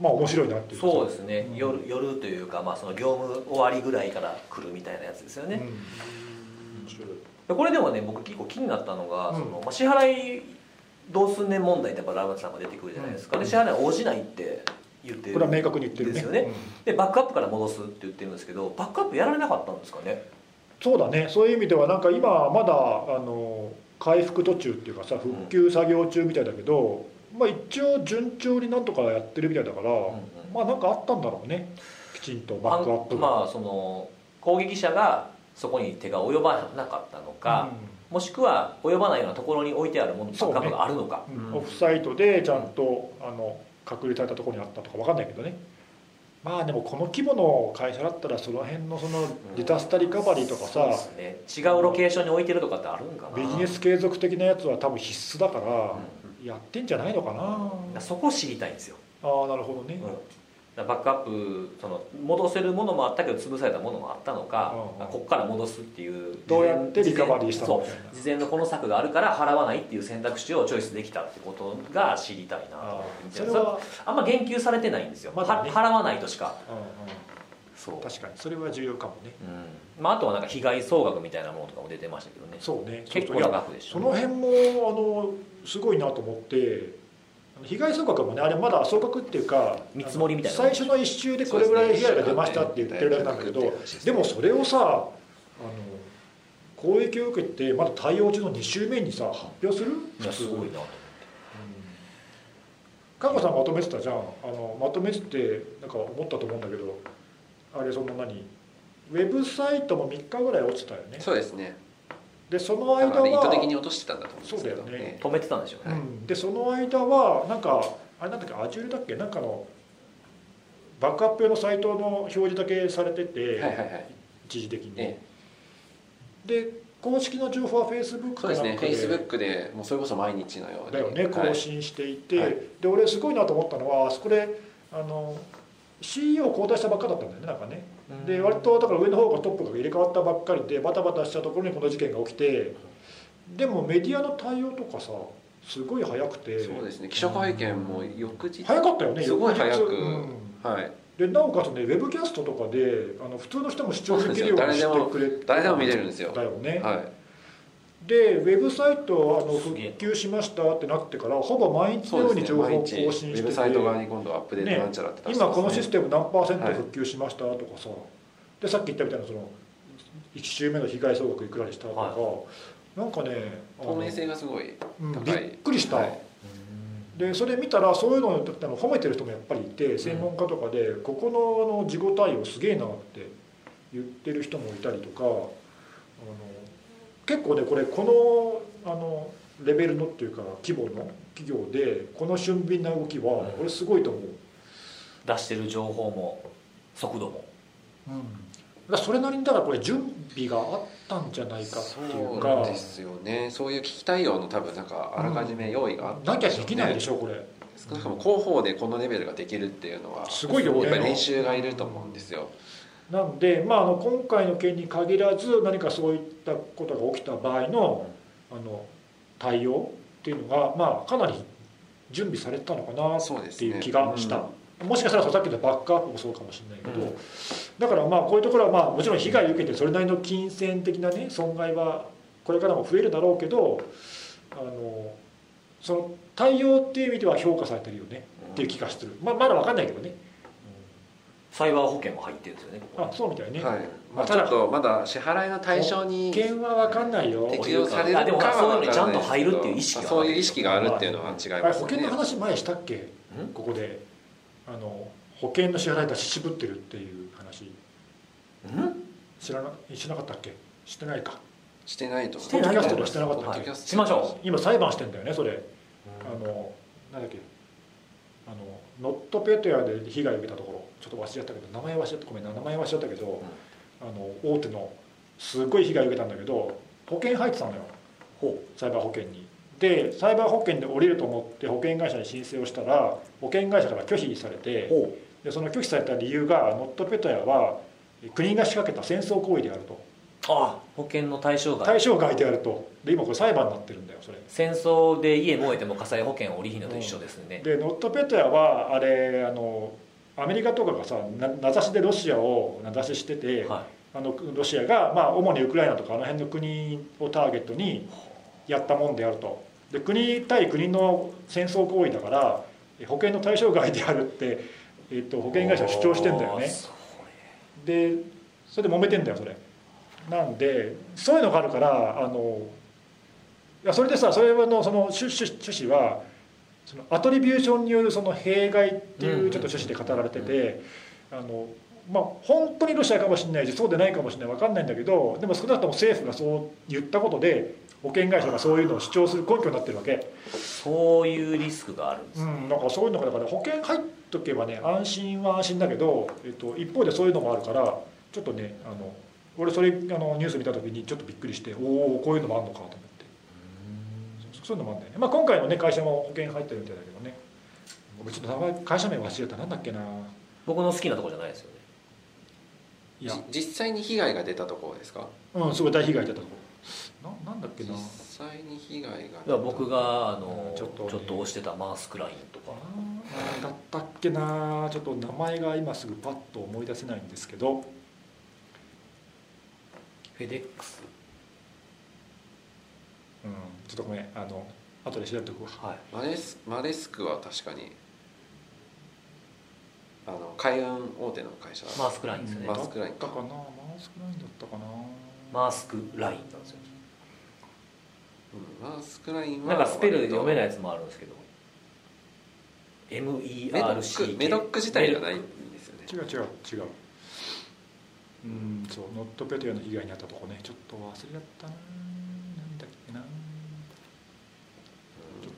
[SPEAKER 2] まあ面白いなっていうか
[SPEAKER 1] そうですね、
[SPEAKER 2] うん
[SPEAKER 1] 夜夜というか、まあ、その業務終わりぐらいから来るみたいなやつですよね、
[SPEAKER 2] うん面白い
[SPEAKER 1] でこれでもね僕結構気になったのが、
[SPEAKER 2] うん
[SPEAKER 1] そのまあ、支払いどうすんねん問題ってやっぱラムさんが出てくるじゃないですか、
[SPEAKER 2] うん
[SPEAKER 1] で支払い応じないって言って
[SPEAKER 2] これは明確に言ってるね
[SPEAKER 1] ですよね
[SPEAKER 2] うん
[SPEAKER 1] でバックアップから戻すって言ってるんですけどバックアップやられなかったんですかね
[SPEAKER 2] そうだねそういう意味ではなんか今まだあの回復途中っていうかさ復旧作業中みたいだけど、まあ一応順調になんとかやってるみたいだから、
[SPEAKER 1] うん
[SPEAKER 2] まあなんかあったんだろうねきちんとバックアップ
[SPEAKER 1] あ
[SPEAKER 2] が、
[SPEAKER 1] まあその攻撃者がそこに手が及ばなかったのか、もしくは及ばないようなところに置いてあるものバ
[SPEAKER 2] そう
[SPEAKER 1] ック
[SPEAKER 2] ね
[SPEAKER 1] アップがあるのか、
[SPEAKER 2] うんうん
[SPEAKER 3] うん
[SPEAKER 2] オフサイトでちゃんとあの隔離されたところにあったとかわかんないけどねまあでもこの規模の会社だったらその辺のそのディタスタリカバリーとか
[SPEAKER 1] そうで
[SPEAKER 2] さ、
[SPEAKER 1] すね違うロケーションに置いてるとかってあるんかな
[SPEAKER 2] ビジネス継続的なやつは多分必須だから
[SPEAKER 1] う
[SPEAKER 2] やってんじゃないのかな、
[SPEAKER 1] んそこ知りたいんですよ、
[SPEAKER 2] ああなるほどね、
[SPEAKER 1] うんだからバックアップその戻せるものもあったけど潰されたものもあったのか
[SPEAKER 2] うんうん
[SPEAKER 1] こっから戻すっていう
[SPEAKER 2] どうやってリカバリーしたの
[SPEAKER 1] そう事前のこの策があるから払わないっていう選択肢をチョイスできたってことが知りたいなと
[SPEAKER 2] あ
[SPEAKER 1] 思
[SPEAKER 2] あ
[SPEAKER 1] って
[SPEAKER 2] それは、
[SPEAKER 1] あんま言及されてないんですよ、
[SPEAKER 2] まだね
[SPEAKER 1] は払わないとしか
[SPEAKER 2] うん
[SPEAKER 1] そう
[SPEAKER 2] うん、確かにそれは重要かもね
[SPEAKER 1] うんまあ、あとはなんか被害総額みたいなものとかも出てましたけどね
[SPEAKER 2] そうね
[SPEAKER 1] 結構
[SPEAKER 2] そうそうい
[SPEAKER 1] な
[SPEAKER 2] や
[SPEAKER 1] 額でし
[SPEAKER 2] そ
[SPEAKER 1] ょ
[SPEAKER 2] の辺もあのすごいなと思ってあの被害総額もねあれまだ総額っていうか
[SPEAKER 1] 見積もりみたいな
[SPEAKER 2] あの最初の1周でこれぐらい被害が出ましたって言ってるだけなんだけどで,、もそれをさあの攻撃を受けてまだ対応中の2周目にさ発表する
[SPEAKER 1] いやすごいなと
[SPEAKER 2] 佳子さんまとめてたじゃんあのまとめててなんか思ったと思うんだけどあれその何ウェブサイトも3日ぐらい落ちたよね
[SPEAKER 3] そうですね。
[SPEAKER 2] でその
[SPEAKER 3] だ
[SPEAKER 2] 間
[SPEAKER 3] からね意図
[SPEAKER 2] は
[SPEAKER 3] 的に落としてたんだと思うんですけど
[SPEAKER 2] そうだよね
[SPEAKER 1] 止めてたんでしょう
[SPEAKER 2] う
[SPEAKER 1] ね、
[SPEAKER 2] ん、でその間はなんかあれなんだっけアジュールだっけなんかのバックアップ用のサイトの表示だけされてて、
[SPEAKER 3] はいはいはい
[SPEAKER 2] 一時的に、
[SPEAKER 3] え
[SPEAKER 2] で公式の情報は Facebook
[SPEAKER 3] そうですねフェイスブッ
[SPEAKER 2] で
[SPEAKER 3] クでもうそれこそ毎日のように
[SPEAKER 2] だよね
[SPEAKER 3] はい
[SPEAKER 2] 更新していて、
[SPEAKER 3] はい
[SPEAKER 2] で俺すごいなと思ったのはあそこであの CEO 交代したばっかだったんだよねなんかねで割とだから上の方がトップが入れ替わったばっかりでバタバタしたところにこの事件が起きてでもメディアの対応とかさすごい早くて
[SPEAKER 3] そうですね記者会見も翌日
[SPEAKER 2] 早かったよね
[SPEAKER 3] すご
[SPEAKER 2] 翌
[SPEAKER 3] い
[SPEAKER 2] 日
[SPEAKER 3] 早く
[SPEAKER 2] うん
[SPEAKER 3] はい
[SPEAKER 2] でなおかつねウェブキャストとかであの普通の人も視聴できるようにしてくれて
[SPEAKER 3] 誰でも見れるんですよ
[SPEAKER 2] だよね、
[SPEAKER 3] は
[SPEAKER 2] でウェブサイトあの
[SPEAKER 1] す
[SPEAKER 2] 復
[SPEAKER 1] げえ
[SPEAKER 2] 旧しましたってなってからほぼ毎
[SPEAKER 3] い
[SPEAKER 2] 日の
[SPEAKER 3] そ
[SPEAKER 2] よ
[SPEAKER 3] う
[SPEAKER 2] う
[SPEAKER 3] で
[SPEAKER 2] に
[SPEAKER 3] す
[SPEAKER 2] 情
[SPEAKER 3] ね
[SPEAKER 2] 報を
[SPEAKER 3] 毎
[SPEAKER 2] 更
[SPEAKER 3] 日
[SPEAKER 2] 新
[SPEAKER 3] ウ
[SPEAKER 2] してて、
[SPEAKER 3] ェブサイト側に今度アップデートなんちゃらって出して
[SPEAKER 2] 今このシス
[SPEAKER 3] テ
[SPEAKER 2] テム何パーセント
[SPEAKER 3] はい
[SPEAKER 2] 復旧しましたとかさ、でさっき言ったみたいなその1周目の被害総額いくらでしたとか、
[SPEAKER 1] は
[SPEAKER 2] なんかねあの
[SPEAKER 3] 透明性がすごい
[SPEAKER 2] うん
[SPEAKER 3] 高
[SPEAKER 2] び
[SPEAKER 3] い
[SPEAKER 2] っくりした、
[SPEAKER 3] はい
[SPEAKER 2] でそれ見たらそういうのをあの褒めてる人もやっぱりいて専門家とかで、ここのあの事後対応すげえなって言ってる人もいたりとかあの結構ねこれこのあのレベルのっていうか規模の企業でこの俊敏な動きは
[SPEAKER 1] うん
[SPEAKER 2] これすごいと思う、
[SPEAKER 1] 出してる情報も速度も
[SPEAKER 2] うん、だからそれなりにだからこれ準備があったんじゃないかっていう
[SPEAKER 3] そう
[SPEAKER 2] か
[SPEAKER 3] ですよねそういう危機対応の多分なんかあらかじめ用意があった
[SPEAKER 2] なんきゃ
[SPEAKER 3] しょ
[SPEAKER 2] で
[SPEAKER 3] う
[SPEAKER 2] きないでしょこれ、
[SPEAKER 3] 少なくとも広報でこのレベルができるっていうのは
[SPEAKER 2] すごいよね
[SPEAKER 3] やっぱり練習がいると思うんですよ
[SPEAKER 2] なんで、まあ、あの今回の件に限らず何かそういったことが起きた場合のあの対応っていうのが、まあ、かなり準備されてたのかな
[SPEAKER 3] そうで
[SPEAKER 2] っ
[SPEAKER 3] す
[SPEAKER 2] て
[SPEAKER 3] ね
[SPEAKER 2] いう気がした、もしかしたらさっきのバックアップもそうかもしれないけど、
[SPEAKER 1] うん
[SPEAKER 2] だからまあこういうところはまあもちろん被害を受けてそれなりの金銭的なね損害はこれからも増えるだろうけどあのその対応っていう意味では評価されてるよねっていう気がしてる、まあ、まだ分かんないけどね
[SPEAKER 1] サイバー保険も入ってるんですよねここ
[SPEAKER 2] あそうみたいね、
[SPEAKER 3] はいまあ、ち
[SPEAKER 2] た
[SPEAKER 3] ょ
[SPEAKER 2] だ
[SPEAKER 3] っとまだ支払いの対象に
[SPEAKER 2] 保険は分かんないよ
[SPEAKER 3] 適用されるか
[SPEAKER 1] あでもまあ
[SPEAKER 3] はわからないですけ
[SPEAKER 1] そ
[SPEAKER 3] ど
[SPEAKER 1] ういうのにちゃんと入るっていう意識は
[SPEAKER 3] そういう意識があるっていうのは違い
[SPEAKER 2] あ
[SPEAKER 3] ま
[SPEAKER 2] れ
[SPEAKER 3] す
[SPEAKER 2] 保
[SPEAKER 3] ね
[SPEAKER 2] 険の話前したっけ
[SPEAKER 1] ん
[SPEAKER 2] ここであの保険の支払いが渋ってるっていう話
[SPEAKER 1] ん
[SPEAKER 2] 知らなしなかったっけしてないか
[SPEAKER 3] してないと思
[SPEAKER 1] し
[SPEAKER 3] う
[SPEAKER 1] てない
[SPEAKER 2] ポッドキャストではしてなかったっけ
[SPEAKER 3] ポッドキャスト
[SPEAKER 1] しましょ
[SPEAKER 2] 今裁判してんだよねそれあのなんだっけあのノットペトヤで被害を受けたところちょっと忘れちゃったけど名前忘れちゃったごめんな名前忘れちゃったけど、あの大手のすごい被害を受けたんだけど保険入ってたのよ
[SPEAKER 1] ほ
[SPEAKER 2] サイバー保険にでサイバー保険で降りると思って保険会社に申請をしたら保険会社から拒否されて
[SPEAKER 1] ほ
[SPEAKER 2] でその拒否された理由がノットペトヤは国が仕掛けた戦争行為であると
[SPEAKER 1] あ保険の対象外
[SPEAKER 2] 対象外であるとで今これ裁判になってるんだよそれ
[SPEAKER 1] 戦争で家燃えても火災保険織りひのと一緒ですね、
[SPEAKER 2] でノットペトヤはあれあのアメリカとかがさな名指しでロシアを名指ししてて、
[SPEAKER 1] は
[SPEAKER 2] あのロシアが、まあ、主にウクライナとかあの辺の国をターゲットにやったもんであるとで国対国の戦争行為だからえ保険の対象外であるって、えっと、
[SPEAKER 1] い、
[SPEAKER 2] 保険会社は主張してんだよ
[SPEAKER 1] おー
[SPEAKER 2] ね
[SPEAKER 1] そ
[SPEAKER 2] でそれで揉めてんだよそれなんでそういうのがあるからあのいやそれでさそれのその趣趣趣旨はそのアトリビューションによるその弊害って
[SPEAKER 1] うんうん
[SPEAKER 2] いううんちょっと趣旨で語られててあのまあ本当にロシアかもしれないしそうでないかもしれない分かんないんだけどでも少なくとも政府がそう言ったことで保険会社がそういうのを主張する根拠になってるわけ、
[SPEAKER 1] そういうリスクがあるんです、
[SPEAKER 2] うん、なんかそういうのがだから保険入っとけばね安心は安心だけど、えっと、一方でそういうのもあるからちょっとねあの俺それあのニュース見た時にちょっとびっくりしておおこういうのもあるのかと思ってそうそういうのもあるんだよね、まあ、今回のね会社も保険入ってるみたいだけどね俺ちょっと名前会社名忘れたなんだっけな
[SPEAKER 1] 僕の好きなところじゃないですよね
[SPEAKER 2] いや
[SPEAKER 3] じ実際に被害が出たところですか
[SPEAKER 2] うんすごい大被害だったとこななんだっけな
[SPEAKER 3] 実際に被害が出た
[SPEAKER 1] だから僕があの
[SPEAKER 2] うん
[SPEAKER 1] ち
[SPEAKER 2] ち
[SPEAKER 1] ょ
[SPEAKER 2] ょ
[SPEAKER 1] っ
[SPEAKER 2] っ
[SPEAKER 1] と
[SPEAKER 2] とね
[SPEAKER 1] 押してたマースクラインとか
[SPEAKER 2] あーだったっけなちょっと名前が今すぐパッと思い出せないんですけど
[SPEAKER 1] フェデックス
[SPEAKER 2] うんちょっとごめんあの後で調べておくわ
[SPEAKER 1] はい
[SPEAKER 3] マレスマレスクは確かにあの海運大手の会社
[SPEAKER 1] マースクラインですよね、
[SPEAKER 3] マスクライン
[SPEAKER 2] だったかなマスクラインだったかな
[SPEAKER 1] マースクラインなんですよ
[SPEAKER 3] うんマースクライン
[SPEAKER 1] な
[SPEAKER 3] は
[SPEAKER 1] んかスペルで読めないいやつもあるんですけど MERC
[SPEAKER 3] メドックメドック自体じゃないんですよね
[SPEAKER 2] 違う違う違ううんそうノットペトヤの被害に遭ったとこねちょっと忘れちゃったなっ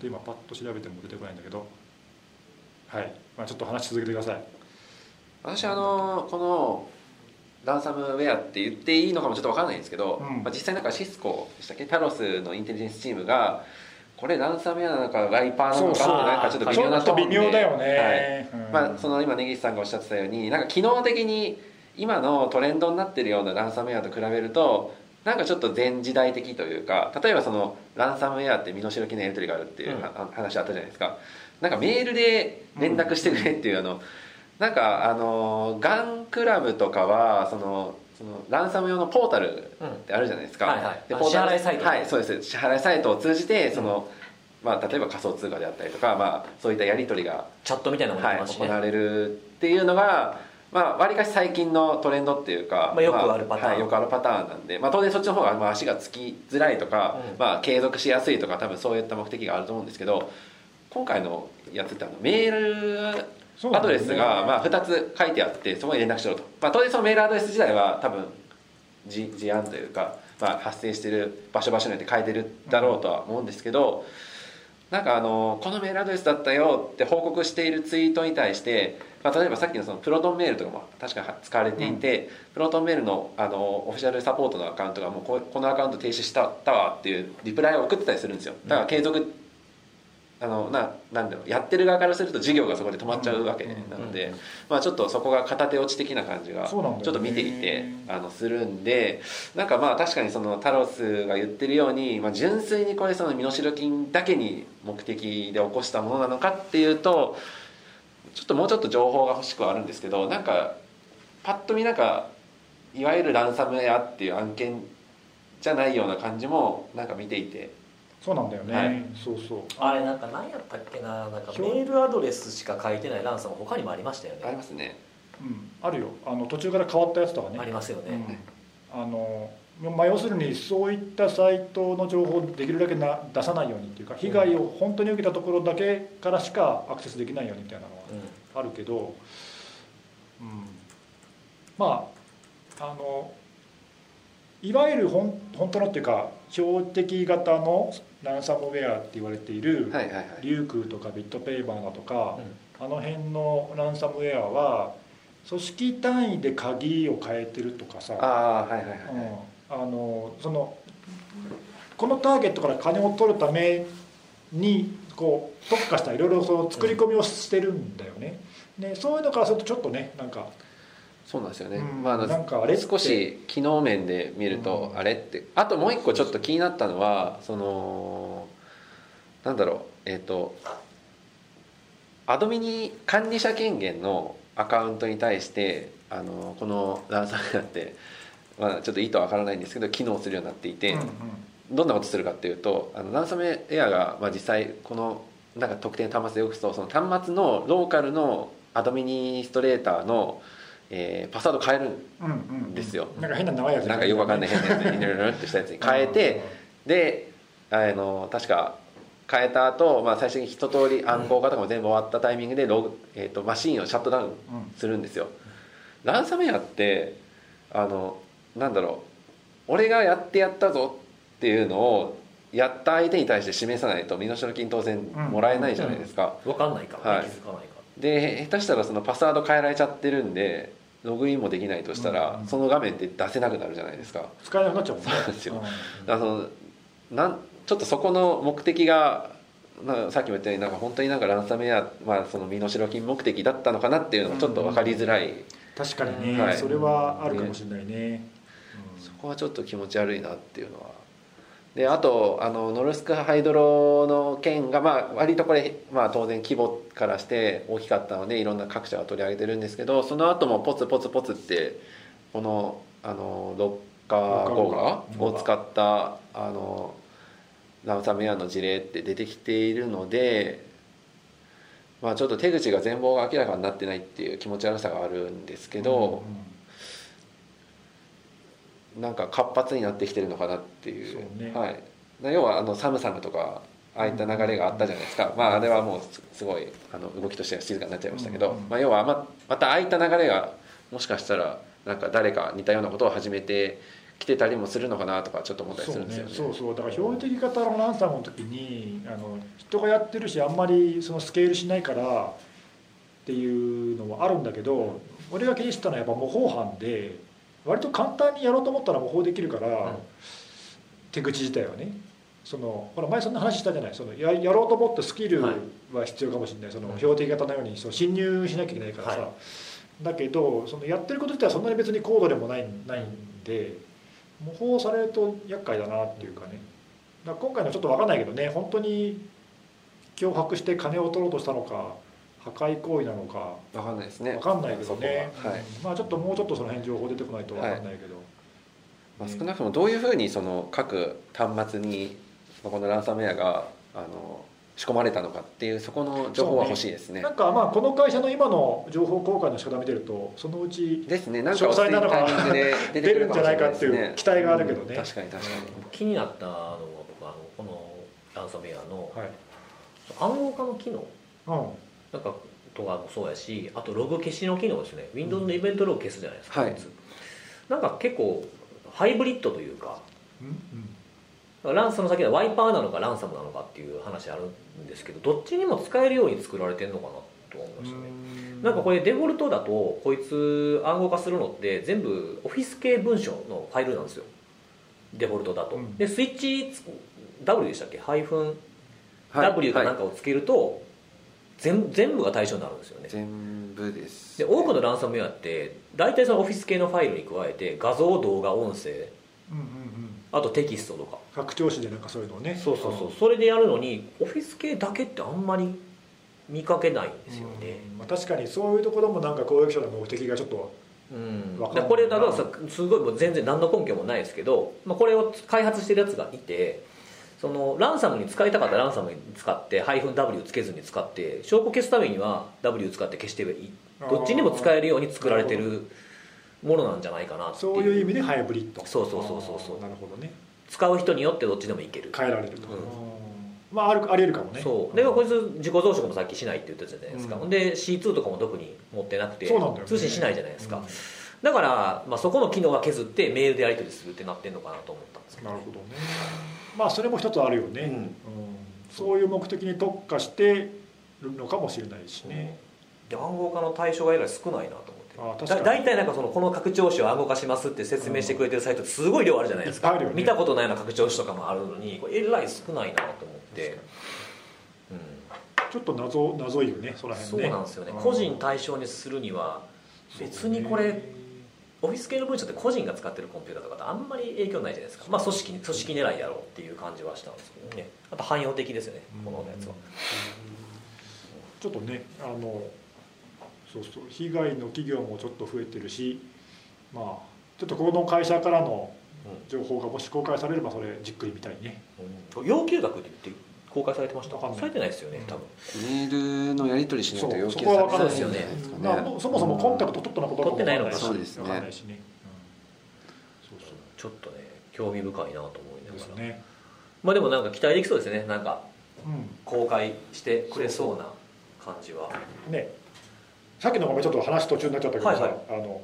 [SPEAKER 2] と今パッと調べても出てこないんだけどはい、まあ、ちょっと話続けてください
[SPEAKER 3] 私あのこのランサムウェアって言っていいのかもちょっとわからないんですけど、
[SPEAKER 2] うん
[SPEAKER 3] まあ、実際なんかシスコでしたっけタロスのインテリジェンスチームがこれランサムウェアなのかライパーなの
[SPEAKER 2] そうそう
[SPEAKER 3] かなんかちょっと微
[SPEAKER 2] ち
[SPEAKER 3] 妙
[SPEAKER 2] ょ
[SPEAKER 3] な
[SPEAKER 2] っと微妙だよ
[SPEAKER 3] はい
[SPEAKER 2] ね、うん
[SPEAKER 3] まあ、その今根岸さんがおっしゃってたようになんか機能的に今のトレンドになってるようなランサムウェアと比べるとなんかちょっと前時代的というか例えばそのランサムウェアって身代金のやり取りがあるっていう
[SPEAKER 2] うん
[SPEAKER 3] は話あったじゃないですかなんかメールで連絡してくれっていうあのなんかあのガンクラブとかはそのそのランサム用のポータルってあるじゃないですか、
[SPEAKER 1] はいはい
[SPEAKER 3] で
[SPEAKER 1] あ
[SPEAKER 3] ポータ
[SPEAKER 1] 支払い
[SPEAKER 3] ル
[SPEAKER 1] サイト
[SPEAKER 3] はいそうです支払いサイトを通じてその、まあ、例えば仮想通貨であったりとか、まあ、そういったやり取りが
[SPEAKER 1] チャットみたいなのも出
[SPEAKER 3] はい、
[SPEAKER 1] てますしね、
[SPEAKER 3] 行われるっていうのがまあわりかし最近のトレンドっていうか、
[SPEAKER 1] まあよくあるパターン
[SPEAKER 3] はい、よくあるパターンなんで、まあ、当然そっちの方がまあ足がつきづらいとか、
[SPEAKER 1] うん
[SPEAKER 3] まあ、継続しやすいとか多分そういった目的があると思うんですけど今回のやつってあのメール
[SPEAKER 2] そうな
[SPEAKER 3] ア
[SPEAKER 2] んだ
[SPEAKER 3] ド
[SPEAKER 2] よ
[SPEAKER 3] レ
[SPEAKER 2] ね
[SPEAKER 3] スがまあ2つ書いてあってそこに連絡しろと、まあ、当然そのメールアドレス自体は多分じ事案というか、まあ、発生してる場所場所によって変えてるだろうとは思うんですけど、なんかあのこのメールアドレスだったよって報告しているツイートに対して、まあ、例えばさっきのそのプロトンメールとかも確か使われていて、プロトンメールのあのオフィシャルサポートのアカウントがもうここのアカウント停止したったわっていうリプライを送ってたりするんですよだから継続、あのななんだろうやってる側からすると事業がそこで止まっちゃうわけなので、
[SPEAKER 1] うんうん
[SPEAKER 3] まあ、ちょっとそこが片手落ち的な感じがち
[SPEAKER 2] そうなんだよね
[SPEAKER 3] ょっと見ていてあのするんでなんかまあ確かにそのタロスが言ってるように、まあ、純粋にこれその身代金だけに目的で起こしたものなのかっていうとちょっともうちょっと情報が欲しくはあるんですけどなんかパッと見なんかいわゆるランサムウェアっていう案件じゃないような感じもなんか見ていて
[SPEAKER 2] そうなんだよね、
[SPEAKER 3] はい
[SPEAKER 2] そうそう
[SPEAKER 1] あれなんか何やったっけななんかメールアドレスしか書いてないランサム他にもありましたよね
[SPEAKER 3] ありますね。
[SPEAKER 2] うん、あるよあの途中から変わったやつとかね
[SPEAKER 1] ありますよね、
[SPEAKER 2] うん、あのまあ要するにそういったサイトの情報をできるだけな出さないようにっていうか被害を本当に受けたところだけからしかアクセスできないようにみたいなの
[SPEAKER 1] うん
[SPEAKER 2] はあるけど、うん、まああのいわゆる本本当のっていうか標的型のランサムウェアって言われている、
[SPEAKER 3] はいはいはい
[SPEAKER 2] リュークとかビットペーパーだとか、
[SPEAKER 1] うん
[SPEAKER 2] あの辺のランサムウェアは組織単位で鍵を変えてるとかさ
[SPEAKER 3] ああはいはいはい、
[SPEAKER 2] うんあのそのこのターゲットから金を取るためにこう特化したいろいろその作り込みをしてるんだよね。ねそういうのからするとちょっとねなんか
[SPEAKER 3] そうなんですよね、
[SPEAKER 2] うん
[SPEAKER 3] まあ、
[SPEAKER 2] なんかあ
[SPEAKER 3] あ
[SPEAKER 2] れ
[SPEAKER 3] れ
[SPEAKER 2] って
[SPEAKER 3] 少し機能面で見ると
[SPEAKER 2] うん
[SPEAKER 3] あれってあともう一個ちょっと気になったのはそのなんだろうえっ、とアドミに管理者権限のアカウントに対してあのこのランサムウェアって、まあ、ちょっと意図はわからないんですけど機能するようになっていて、
[SPEAKER 2] うんうん
[SPEAKER 3] どんなことするかっていうとあのランサムウェアが、まあ、実際このなんか特定の端末で動くとその端末のローカルのアドミニストレーターの、えーパスワード変えるん
[SPEAKER 2] うんうん
[SPEAKER 3] ですよ
[SPEAKER 2] なんか変な長いやつ
[SPEAKER 3] なんかよくわかんない変なやつにぬるぬるってしたやつに変えてであの確か変えた後、まあ最初に一通り暗号化とかも全部終わったタイミングでログ、えー、とマシンをシャットダウン
[SPEAKER 2] うんうん
[SPEAKER 3] するんですよランサムウェアってあのなんだろう俺がやってやったぞっていうのをやった相手に対して示さないと身代金当然もらえないじゃないですか、
[SPEAKER 1] 分かんないから、ね
[SPEAKER 3] はい
[SPEAKER 1] 気づかないか
[SPEAKER 3] で下手したらそのパスワード変えられちゃってるんでログインもできないとしたら、
[SPEAKER 2] うん
[SPEAKER 3] その画面って出せなくなるじゃないですか
[SPEAKER 2] 使えなくなっちゃうもんね
[SPEAKER 3] そうなんですよ
[SPEAKER 2] ん
[SPEAKER 3] あのなんちょっとそこの目的がなさっきも言ったようになんか本当になんかランサムウェア、まあ、その身代金目的だったのかなっていうのもちょっと分かりづらい、
[SPEAKER 2] 確かにね、
[SPEAKER 3] はい
[SPEAKER 2] それはあるかもしれないね。
[SPEAKER 3] そこはちょっと気持ち悪いなっていうのはであとあのノルスクハイドロの件が、まあ、割とこれ、まあ、当然規模からして大きかったのでいろんな各社が取り上げてるんですけどその後もポツポツポツってこのあのロッカー
[SPEAKER 2] ロッ
[SPEAKER 3] 効
[SPEAKER 2] カー
[SPEAKER 3] 果
[SPEAKER 2] 効
[SPEAKER 3] を
[SPEAKER 2] 果
[SPEAKER 3] 使ったあのランサムウェアの事例って出てきているので、まあ、ちょっと手口が全貌が明らかになってないっていう気持ち悪さがあるんですけど。なんか活発になってきてるのかなっていう
[SPEAKER 2] そうね
[SPEAKER 3] はい、な要はあのサムサムとかああいった流れがあったじゃないですか、まああれはもうすすごいあの動きとしては静かになっちゃいましたけど、
[SPEAKER 2] うんうん
[SPEAKER 3] まあ、要はままたああいった流れがもしかしたらなんか誰か似たようなことを始めて来てたりもするのかなとかちょっと思ったり
[SPEAKER 2] そ
[SPEAKER 3] す
[SPEAKER 2] う
[SPEAKER 3] るんです
[SPEAKER 2] ね
[SPEAKER 3] よね
[SPEAKER 2] そうそうだから標準的型のランサムの時にあの人がやってるしあんまりそのスケールしないからっていうのもあるんだけど俺が気にしてたのはやっぱ模倣犯で割と簡単にやろうと思ったら模倣できるから、
[SPEAKER 1] ん
[SPEAKER 2] 手口自体はねそのほら前そんな話したじゃないそのややろうと思ったスキル
[SPEAKER 1] はい
[SPEAKER 2] は必要かもしれない、その
[SPEAKER 1] うん
[SPEAKER 2] 標的型のようにその侵入しなきゃいけないからさ、
[SPEAKER 1] は
[SPEAKER 2] だけどそのやってること自体はそんなに別に高度でもないないんで模倣されると厄介だなっていうかねだから今回のちょっと分かんないけどね本当に脅迫して金を取ろうとしたのか破壊行為なのか
[SPEAKER 3] わかんないですね
[SPEAKER 2] 分かんないけどね
[SPEAKER 3] そこはは
[SPEAKER 2] う
[SPEAKER 3] い
[SPEAKER 2] んまあちょっともうちょっとその辺情報出てこないと分かんないけど、
[SPEAKER 3] まあ、少なくともどういうふうにその各端末にまあこのランサムウェアがあの仕込まれたのかっていうそこの情報は欲しいですね
[SPEAKER 2] なんかまあこの会社の今の情報公開の仕方見てるとそのうち
[SPEAKER 3] ですねなんか
[SPEAKER 2] 詳細なのか
[SPEAKER 3] タイミングで
[SPEAKER 2] 出
[SPEAKER 3] 出てく
[SPEAKER 2] る
[SPEAKER 3] る
[SPEAKER 2] ん
[SPEAKER 3] か
[SPEAKER 2] じゃ
[SPEAKER 3] も
[SPEAKER 2] な
[SPEAKER 3] しれ
[SPEAKER 2] いか
[SPEAKER 3] ない
[SPEAKER 2] っ
[SPEAKER 3] で
[SPEAKER 2] て
[SPEAKER 3] す
[SPEAKER 2] いう
[SPEAKER 3] ね
[SPEAKER 2] 期待があるけどね、
[SPEAKER 3] 確かに確か
[SPEAKER 1] 気になったのは僕あのこのランサムウェアの
[SPEAKER 2] はい
[SPEAKER 1] 暗号化の機能
[SPEAKER 2] うん
[SPEAKER 1] なんかとかもそうやしあとログ消しの機能ですね Windows のイベントログ消すじゃないですか、
[SPEAKER 3] はい
[SPEAKER 1] なんか結構ハイブリッドというか
[SPEAKER 2] うん
[SPEAKER 1] ランサム先はワイパーなのかランサムなのかっていう話あるんですけどどっちにも使えるように作られてるのかなと思いましたねなんかこれデフォルトだとこいつ暗号化するのって全部オフィス系文書のファイルなんですよデフォルトだと、
[SPEAKER 2] うん
[SPEAKER 1] でスイッチつ W でしたっけハイフン
[SPEAKER 3] に、はい
[SPEAKER 1] W かなん
[SPEAKER 3] はい
[SPEAKER 1] かをつけると全全部が対象になるんですよね
[SPEAKER 3] 全部です
[SPEAKER 1] で多くのランサムウェアって大体そのオフィス系のファイルに加えて画像動画音声
[SPEAKER 2] うんうんうん
[SPEAKER 1] あとテキストとか
[SPEAKER 2] 拡張子でなんかそういうのをね
[SPEAKER 1] そうそうそうそれでやるのにオフィス系だけってあんまり見かけないん
[SPEAKER 2] う
[SPEAKER 1] で
[SPEAKER 2] ん
[SPEAKER 1] すよね、
[SPEAKER 2] うんまあ、確かにそういうところもなんか攻撃者の目的がちょっと
[SPEAKER 1] うん
[SPEAKER 2] わかん
[SPEAKER 1] で
[SPEAKER 2] ない
[SPEAKER 1] これだからさすごいもう全然何の根拠もないですけど、まあ、これを開発してるやつがいてそのランサムに使いたかったランサムに使ってハイフン W つけずに使って証拠消すためには W 使って消していいどっちにも使えるように作られてるものなんじゃないかなって
[SPEAKER 2] そういう意味でハイブリッド
[SPEAKER 1] そうそうそうそうそう
[SPEAKER 2] あーなるほどね
[SPEAKER 1] 使う人によってどっちでもいける
[SPEAKER 2] 変えられると、
[SPEAKER 1] うん
[SPEAKER 2] うんまああるあり得るかもね
[SPEAKER 1] そうでこいつ自己増殖もさっきしないって言ってたじゃないですか、
[SPEAKER 2] うん
[SPEAKER 1] ほん、で C2 とかも特に持ってなくて
[SPEAKER 2] そうなんだよね
[SPEAKER 1] 通信しないじゃないですか、
[SPEAKER 2] うん
[SPEAKER 1] だから、まあ、そこの機能は削ってメールでやり取りするってなってんのかなと思ったんですけど
[SPEAKER 2] なるほどねまあそれも一つあるよね、
[SPEAKER 3] うん
[SPEAKER 2] そういう目的に特化してるのかもしれないしね、
[SPEAKER 1] で暗号化の対象がえらい少ないなと思って
[SPEAKER 2] あ確かに
[SPEAKER 1] だ大体なんかそのこの拡張子を暗号化しますって説明してくれてるサイトすごい量あるじゃないです
[SPEAKER 2] いっ
[SPEAKER 1] か、
[SPEAKER 2] ぱいあるよね
[SPEAKER 1] 見たことないような拡張子とかもあるのにこれえらい少ないなと思って
[SPEAKER 2] 確か、
[SPEAKER 1] うん、
[SPEAKER 2] ちょっと謎謎いよねその
[SPEAKER 1] そう
[SPEAKER 2] 辺ね
[SPEAKER 1] なんですよね個人対象にするには別にこれオフィス系の文書って個人が使ってるコンピューターとかってあんまり影響ないじゃないですか、まあ、組織に組織狙いやろうっていう感じはしたんですけどねあと汎用的ですよねこのやつは
[SPEAKER 2] ちょっとねあのそうそう被害の企業もちょっと増えてるしまあちょっとこの会社からの情報がもし公開されればそれじっくり見たいね
[SPEAKER 1] うん、要求額って言って公開されてました
[SPEAKER 2] わかんない
[SPEAKER 1] されてないですよね多分、
[SPEAKER 3] メールのやり取りしないと要
[SPEAKER 2] そ
[SPEAKER 3] 求
[SPEAKER 2] こは
[SPEAKER 3] され
[SPEAKER 2] 分
[SPEAKER 3] て
[SPEAKER 2] から
[SPEAKER 3] ない
[SPEAKER 1] そうです
[SPEAKER 2] ない
[SPEAKER 1] よね
[SPEAKER 3] ですか
[SPEAKER 2] まあそもそもコンタクト取ったのことかも
[SPEAKER 1] 取ってないのか
[SPEAKER 2] わ
[SPEAKER 3] そうですね
[SPEAKER 2] わかんないしね、うんそう
[SPEAKER 1] ちょっとね興味深いなと思い
[SPEAKER 2] そう
[SPEAKER 1] な
[SPEAKER 2] です
[SPEAKER 1] がら、
[SPEAKER 2] ね、
[SPEAKER 1] まあでもなんか期待できそうですねなんか
[SPEAKER 2] うん
[SPEAKER 1] 公開してくれそうな感じは
[SPEAKER 2] ねさっきのごめんちょっと話途中になっちゃったけどさ、
[SPEAKER 1] はいは
[SPEAKER 2] あの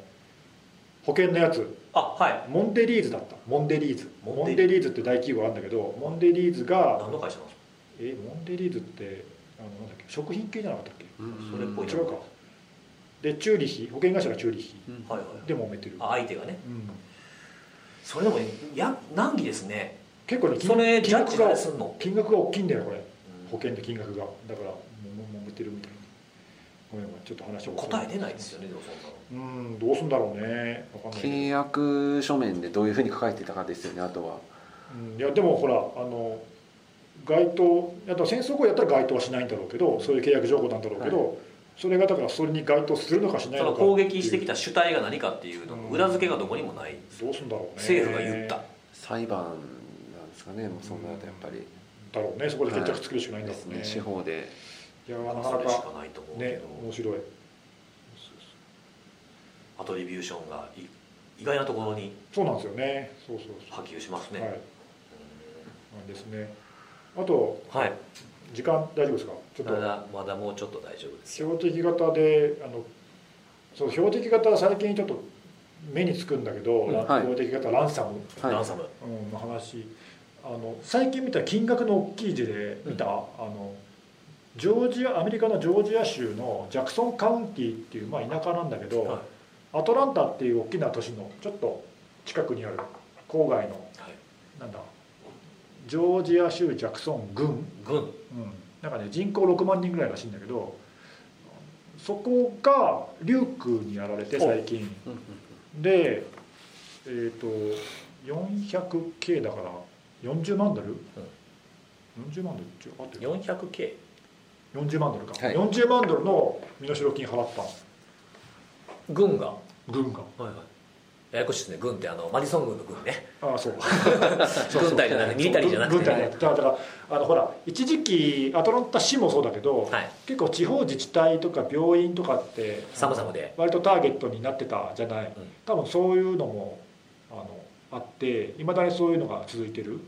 [SPEAKER 2] 保険のやつ
[SPEAKER 1] あはい
[SPEAKER 2] モンデリーズだったモンデリーズ
[SPEAKER 1] モ
[SPEAKER 2] モ
[SPEAKER 1] ン
[SPEAKER 2] ン
[SPEAKER 1] デ
[SPEAKER 2] デリーズって大企業あるんだけどモンデリーズが
[SPEAKER 1] 何の会社なんですか
[SPEAKER 2] えモンデリーズってあのなんだっけ食品系じゃなかったっけ
[SPEAKER 1] それっぽい
[SPEAKER 2] 違うかでチューリヒ保険会社がチューリヒ
[SPEAKER 1] はいはい
[SPEAKER 2] でもめてる、
[SPEAKER 1] あ相手がね
[SPEAKER 2] うん、
[SPEAKER 1] それでもや難儀ですね
[SPEAKER 2] 結構ね
[SPEAKER 1] それ
[SPEAKER 2] 金
[SPEAKER 1] ジャッ
[SPEAKER 2] 額
[SPEAKER 1] ジ
[SPEAKER 2] が
[SPEAKER 1] 誰すんの
[SPEAKER 2] 金額が大きいんだよこれ
[SPEAKER 1] う
[SPEAKER 2] 保
[SPEAKER 1] ん
[SPEAKER 2] 険の金額がだからもも揉めてるみたいなごめんごめんちょっと話を
[SPEAKER 1] 答え出ないですよねでもそんなの
[SPEAKER 2] うんどうすんだろうねわかんないけど
[SPEAKER 3] 契約書面でどういうふうに書かれてたかですよねあとは
[SPEAKER 2] うんいやでもほらあの該当あと戦争後やったら該当はしないんだろうけどそういう契約条項なんだろうけど、それがだからそれに該当するのかしない
[SPEAKER 1] その
[SPEAKER 2] のか
[SPEAKER 1] 攻撃してき
[SPEAKER 2] た
[SPEAKER 1] た主体が何かっていうのも裏付けがどこにもない
[SPEAKER 2] どうすんだろうね
[SPEAKER 1] 政府が言った
[SPEAKER 3] 裁判なんですかねもうそんなだとやっぱり
[SPEAKER 2] だろうねそこで決着つけるしかないんだ
[SPEAKER 3] で
[SPEAKER 2] ろ
[SPEAKER 3] す
[SPEAKER 2] うね,、
[SPEAKER 3] ね
[SPEAKER 2] い
[SPEAKER 3] 司法で
[SPEAKER 2] や
[SPEAKER 1] そ
[SPEAKER 2] ーなかな
[SPEAKER 1] れしか
[SPEAKER 2] か
[SPEAKER 1] ないと思うけ
[SPEAKER 2] ね面
[SPEAKER 1] ど
[SPEAKER 2] 白い
[SPEAKER 1] アトリビューションがい意外なところに
[SPEAKER 2] そうなんですよねそうそうそ
[SPEAKER 1] 波及します
[SPEAKER 2] う、
[SPEAKER 1] ね
[SPEAKER 2] はいなんですねあと
[SPEAKER 1] うんはい
[SPEAKER 2] 時間大丈夫ですかちょっ
[SPEAKER 1] ま
[SPEAKER 2] と
[SPEAKER 1] だまだもうちょっと大丈夫ですよ
[SPEAKER 2] 標的型であのそう標的型は最近ちょっと目につくんだけど、
[SPEAKER 1] うん
[SPEAKER 2] ラ
[SPEAKER 3] はい
[SPEAKER 2] 法的方ランサム、
[SPEAKER 1] ラ
[SPEAKER 3] は
[SPEAKER 1] ンサム
[SPEAKER 2] うん、の話あの最近見た金額の大きい字で見た、あのジョージアアメリカのジョージア州のジャクソンカウンティっていう、まあ、田舎なんだけど、
[SPEAKER 1] はい
[SPEAKER 2] アトランタっていう大きな都市のちょっと近くにある郊外の
[SPEAKER 1] はい
[SPEAKER 2] なんだジョージア州ジャクソン郡、
[SPEAKER 1] 軍
[SPEAKER 2] うん、なんかね人口6万人ぐらいらしいんだけどそこがリュウクにやられて
[SPEAKER 1] お
[SPEAKER 2] 最近
[SPEAKER 3] いうんうん
[SPEAKER 2] でえっ、と 400K だから40万ドル、40万ドルって合ってる
[SPEAKER 1] 400K
[SPEAKER 2] 40万ドルか、
[SPEAKER 3] はい
[SPEAKER 2] 40万ドルの身代金払ったの
[SPEAKER 1] 軍がは
[SPEAKER 2] 軍が
[SPEAKER 1] いはいややこしいですね軍ってあのマディソン軍の軍ね
[SPEAKER 2] ああ そう
[SPEAKER 1] 軍隊じゃなくて ミリタリーじゃなく
[SPEAKER 2] 軍
[SPEAKER 1] て
[SPEAKER 2] 隊
[SPEAKER 1] は
[SPEAKER 2] じゃなくてだからあのほら一時期アトランタ市もそうだけど、
[SPEAKER 1] い
[SPEAKER 2] 結構地方自治体とか病院とかって
[SPEAKER 1] さまざまで
[SPEAKER 2] 割とターゲットになってたじゃな
[SPEAKER 1] う
[SPEAKER 2] い、
[SPEAKER 1] ん
[SPEAKER 2] 多分そういうのもあのあっていまだにそういうのが続いてる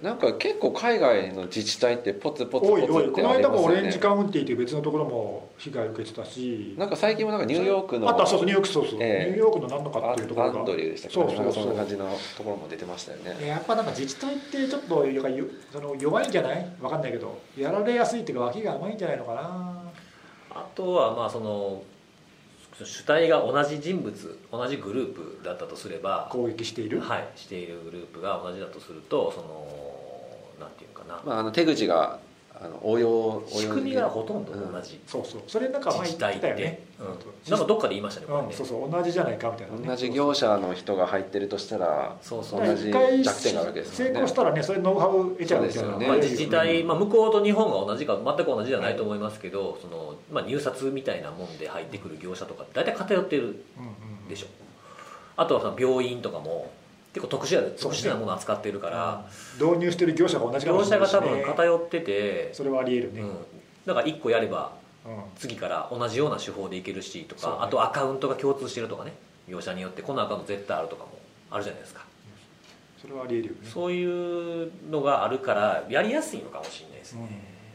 [SPEAKER 3] なんか結構海外の自治体ってポツポツポ
[SPEAKER 2] お
[SPEAKER 3] ツ
[SPEAKER 2] い
[SPEAKER 3] って
[SPEAKER 2] おいこの
[SPEAKER 3] あり
[SPEAKER 2] 間
[SPEAKER 3] ます
[SPEAKER 2] も
[SPEAKER 3] よ
[SPEAKER 2] オレン
[SPEAKER 3] ね
[SPEAKER 2] ジカウンティーという別のところも被害受けてたし
[SPEAKER 3] なんか最近もなんかニューヨークの
[SPEAKER 2] あとはそうそうニューヨークそうそう、
[SPEAKER 3] ええ
[SPEAKER 2] ニューヨークの何のか
[SPEAKER 3] ア
[SPEAKER 2] っていうと
[SPEAKER 3] ン
[SPEAKER 2] こ
[SPEAKER 3] ア
[SPEAKER 2] ろ
[SPEAKER 3] ンド
[SPEAKER 2] が
[SPEAKER 3] リューでしたっけど
[SPEAKER 2] そうそうそう
[SPEAKER 3] そんな感じのところも出てましたよね
[SPEAKER 2] やっぱなんか自治体ってちょっとやっぱよその弱いんじゃないわかんないけどやられやすいっていうか脇が甘いんじゃないのかな
[SPEAKER 1] あとはまあその主体が同じ人物同じグループだったとすれば
[SPEAKER 2] 攻撃している、
[SPEAKER 1] はいしているグループが同じだとするとそのなんていうのかな、
[SPEAKER 3] まああの手口があの応用応用
[SPEAKER 1] 仕組みがほとんど同じ
[SPEAKER 2] そうそうそれなんか前
[SPEAKER 1] 自
[SPEAKER 2] 言
[SPEAKER 1] 治体
[SPEAKER 2] って
[SPEAKER 1] った
[SPEAKER 2] よ
[SPEAKER 1] て
[SPEAKER 2] ね、
[SPEAKER 1] うん、なんかどっかで言いましたねこれ
[SPEAKER 2] う
[SPEAKER 1] ね、
[SPEAKER 2] ん、そうそう同じじゃないかみたいな、ね、
[SPEAKER 3] 同じ業者の人が入ってるとしたら
[SPEAKER 1] そうそう
[SPEAKER 2] だから
[SPEAKER 3] 同じ弱点があるわけですもん
[SPEAKER 2] 成
[SPEAKER 3] ね
[SPEAKER 2] 功したらねそれノウハウ得ちゃうみたいな
[SPEAKER 3] そう
[SPEAKER 1] ま
[SPEAKER 3] ですよ
[SPEAKER 1] あ、
[SPEAKER 3] ね
[SPEAKER 1] 自治体、まあ、向こうと日本が同じか全く同じではないと思いますけど、そのまあ、入札みたいなもんで入ってくる業者とか大体偏ってる
[SPEAKER 2] うんうんうん
[SPEAKER 1] でしょあとはその病院とかも結構特殊や
[SPEAKER 2] そう
[SPEAKER 1] 特
[SPEAKER 2] ね
[SPEAKER 1] 殊なものを扱ってるから、
[SPEAKER 2] 導入してる業者が同じかも
[SPEAKER 1] 業
[SPEAKER 2] し
[SPEAKER 1] 者
[SPEAKER 2] れ
[SPEAKER 1] が
[SPEAKER 2] ないしね
[SPEAKER 1] 多分偏ってて、
[SPEAKER 2] それはあり得るね、
[SPEAKER 1] う
[SPEAKER 2] うん
[SPEAKER 1] ん、だから1個やれば
[SPEAKER 2] うん
[SPEAKER 1] 次から同じような手法でいけるしとか、
[SPEAKER 2] そうね
[SPEAKER 1] あとアカウントが共通してるとかね業者によってこのアカウント絶対あるとかもあるじゃないですか、
[SPEAKER 2] それはあり得るよね
[SPEAKER 1] そういうのがあるからやりやすいのかもしれないですね、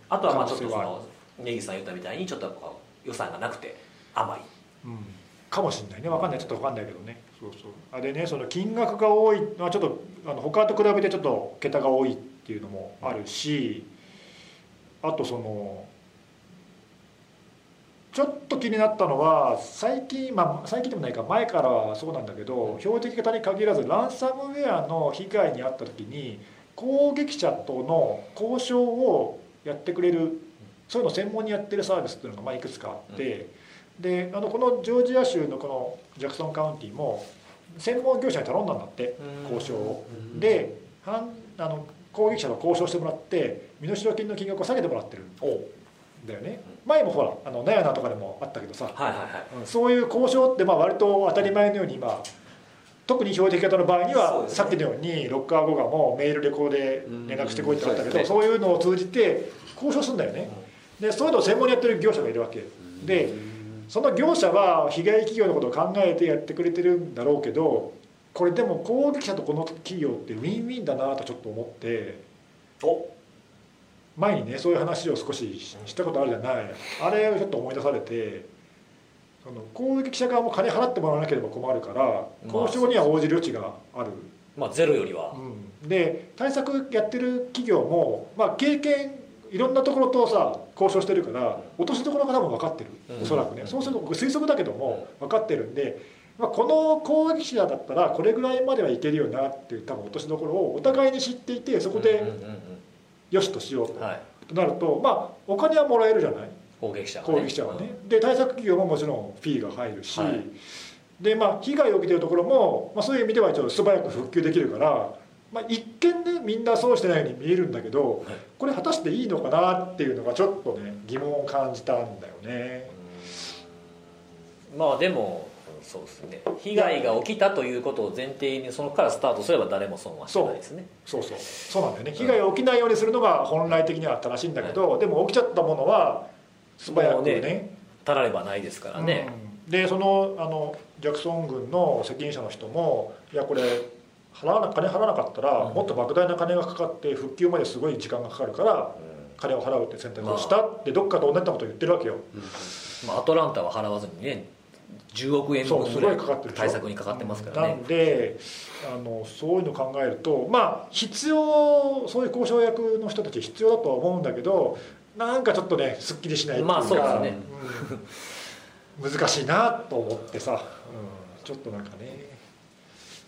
[SPEAKER 2] うん
[SPEAKER 1] あとはまあちょっとそ
[SPEAKER 2] 可能性は
[SPEAKER 1] の根岸さん言ったみたいにちょっとこう予算がなくて甘い
[SPEAKER 2] うんかもしれないねわかんないちょっとわかんないけどねそうそうあれねその金額が多いのはちょっとあの他と比べてちょっと桁が多いっていうのもあるしあとそのちょっと気になったのは最近まあ最近でもないか前からはそうなんだけど標的型に限らずランサムウェアの被害に遭った時に攻撃者との交渉をやってくれるそういうのを専門にやってるサービスっていうのがまあいくつかあって、であのこのジョージア州のこのジャクソンカウンティも専門業者に頼んだんだって交渉を。で反あの攻撃者と交渉してもらって身代金の金額を下げてもらってるだよね前もほらあのナヤナとかでもあったけどさ、
[SPEAKER 1] はいはいはい
[SPEAKER 2] うんそういう交渉ってまあ割と当たり前のように今特に標的型の場合に
[SPEAKER 1] そう
[SPEAKER 2] は、
[SPEAKER 1] ですね
[SPEAKER 2] さっきのようにロッカー後がもうメールでこうで連絡してこいってあったけど
[SPEAKER 3] うん
[SPEAKER 2] そういうのを通じて交渉するんだよねでそういうのを専門にやってる業者がいるわけでその業者は被害企業のことを考えてやってくれてるんだろうけどこれでも攻撃者とこの企業ってウィンウィンだなとちょっと思って
[SPEAKER 1] お
[SPEAKER 2] 前にねそういう話を少ししたことあるじゃないあれをちょっと思い出されてその攻撃者側も金払ってもらわなければ困るから
[SPEAKER 1] まあ
[SPEAKER 2] 交渉には応じる余地がある、
[SPEAKER 1] まあゼロよりは
[SPEAKER 2] うん、で対策やってる企業も、まあ、経験いろんなところとさ交渉してるから落としどころが多分分かってる
[SPEAKER 1] うん
[SPEAKER 2] おそらくね、
[SPEAKER 1] うん
[SPEAKER 2] そうすると僕推測だけども分かってるんで、まあ、この攻撃者だったらこれぐらいまではいけるよなっていう多分落としどころをお互いに知っていてそこ
[SPEAKER 1] うんう
[SPEAKER 2] で
[SPEAKER 1] んうん
[SPEAKER 2] よしとしよう
[SPEAKER 1] うんはい
[SPEAKER 2] となると、まあ、お金はもらえるじゃない
[SPEAKER 1] 攻撃者がね
[SPEAKER 2] 攻撃者はね、で対策企業ももちろんフィーが入るし、
[SPEAKER 1] はい
[SPEAKER 2] でまあ被害を受けてるところも、まあ、そういう意味では一応素早く復旧できるから、まあ、一見ねみんなそうしてないように見えるんだけど
[SPEAKER 1] はい
[SPEAKER 2] これ果たしていいのかなっていうのがちょっとね疑問を感じたんだよね。
[SPEAKER 1] うんまあでもうんそうですね被害が起きたということを前提にそのからスタートすれば誰も損はしないですね
[SPEAKER 2] そうそうそうなんだよね被害が起きないようにするのが本来的には正しいんだけど、でも起きちゃったものは素早く
[SPEAKER 1] もう
[SPEAKER 2] ね
[SPEAKER 1] たらればないですからね、
[SPEAKER 2] うんでそのあのジャクソン軍の責任者の人もいやこれ払わな金払わなかったら、
[SPEAKER 1] うん
[SPEAKER 2] もっと莫大な金がかかって復旧まですごい時間がかかるから金を払うって選択をしたって、どっかと同じようなことを言ってるわけよ
[SPEAKER 3] うん
[SPEAKER 1] まあ、アトランタは払わずにね10億円
[SPEAKER 2] そう
[SPEAKER 1] 分
[SPEAKER 2] す
[SPEAKER 1] す
[SPEAKER 2] ご
[SPEAKER 1] る
[SPEAKER 2] いかかってるでしょ
[SPEAKER 1] 対策にかかってますから
[SPEAKER 2] な
[SPEAKER 1] ね
[SPEAKER 2] んであのそういうの考えるとまあ必要そういう交渉役の人たち必要だとは思うんだけどなんかちょっとねすっきりしないっていうか、
[SPEAKER 1] まあそうですね
[SPEAKER 2] うん難しいなと思ってさ、うんちょっとなんかね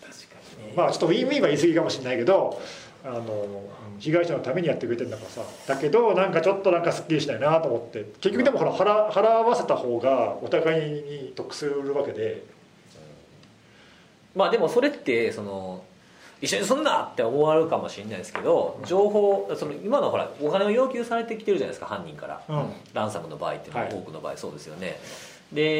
[SPEAKER 1] 確かに
[SPEAKER 2] まあちょっとウィンウィンは言い過ぎかもしれないけどあの被害者のためにやってくれてるんだからさだけどなんかちょっとなんかすっきりしないなと思って結局でもほら払払わせた方がお互いに得するわけで
[SPEAKER 1] まあでもそれってその一緒にすんなって思われるかもしれないですけど情報その今のほらお金を要求されてきてるじゃないですか犯人から
[SPEAKER 2] うん
[SPEAKER 1] ランサムの場合っていうのは
[SPEAKER 2] はい
[SPEAKER 1] 多くの場合そうですよね、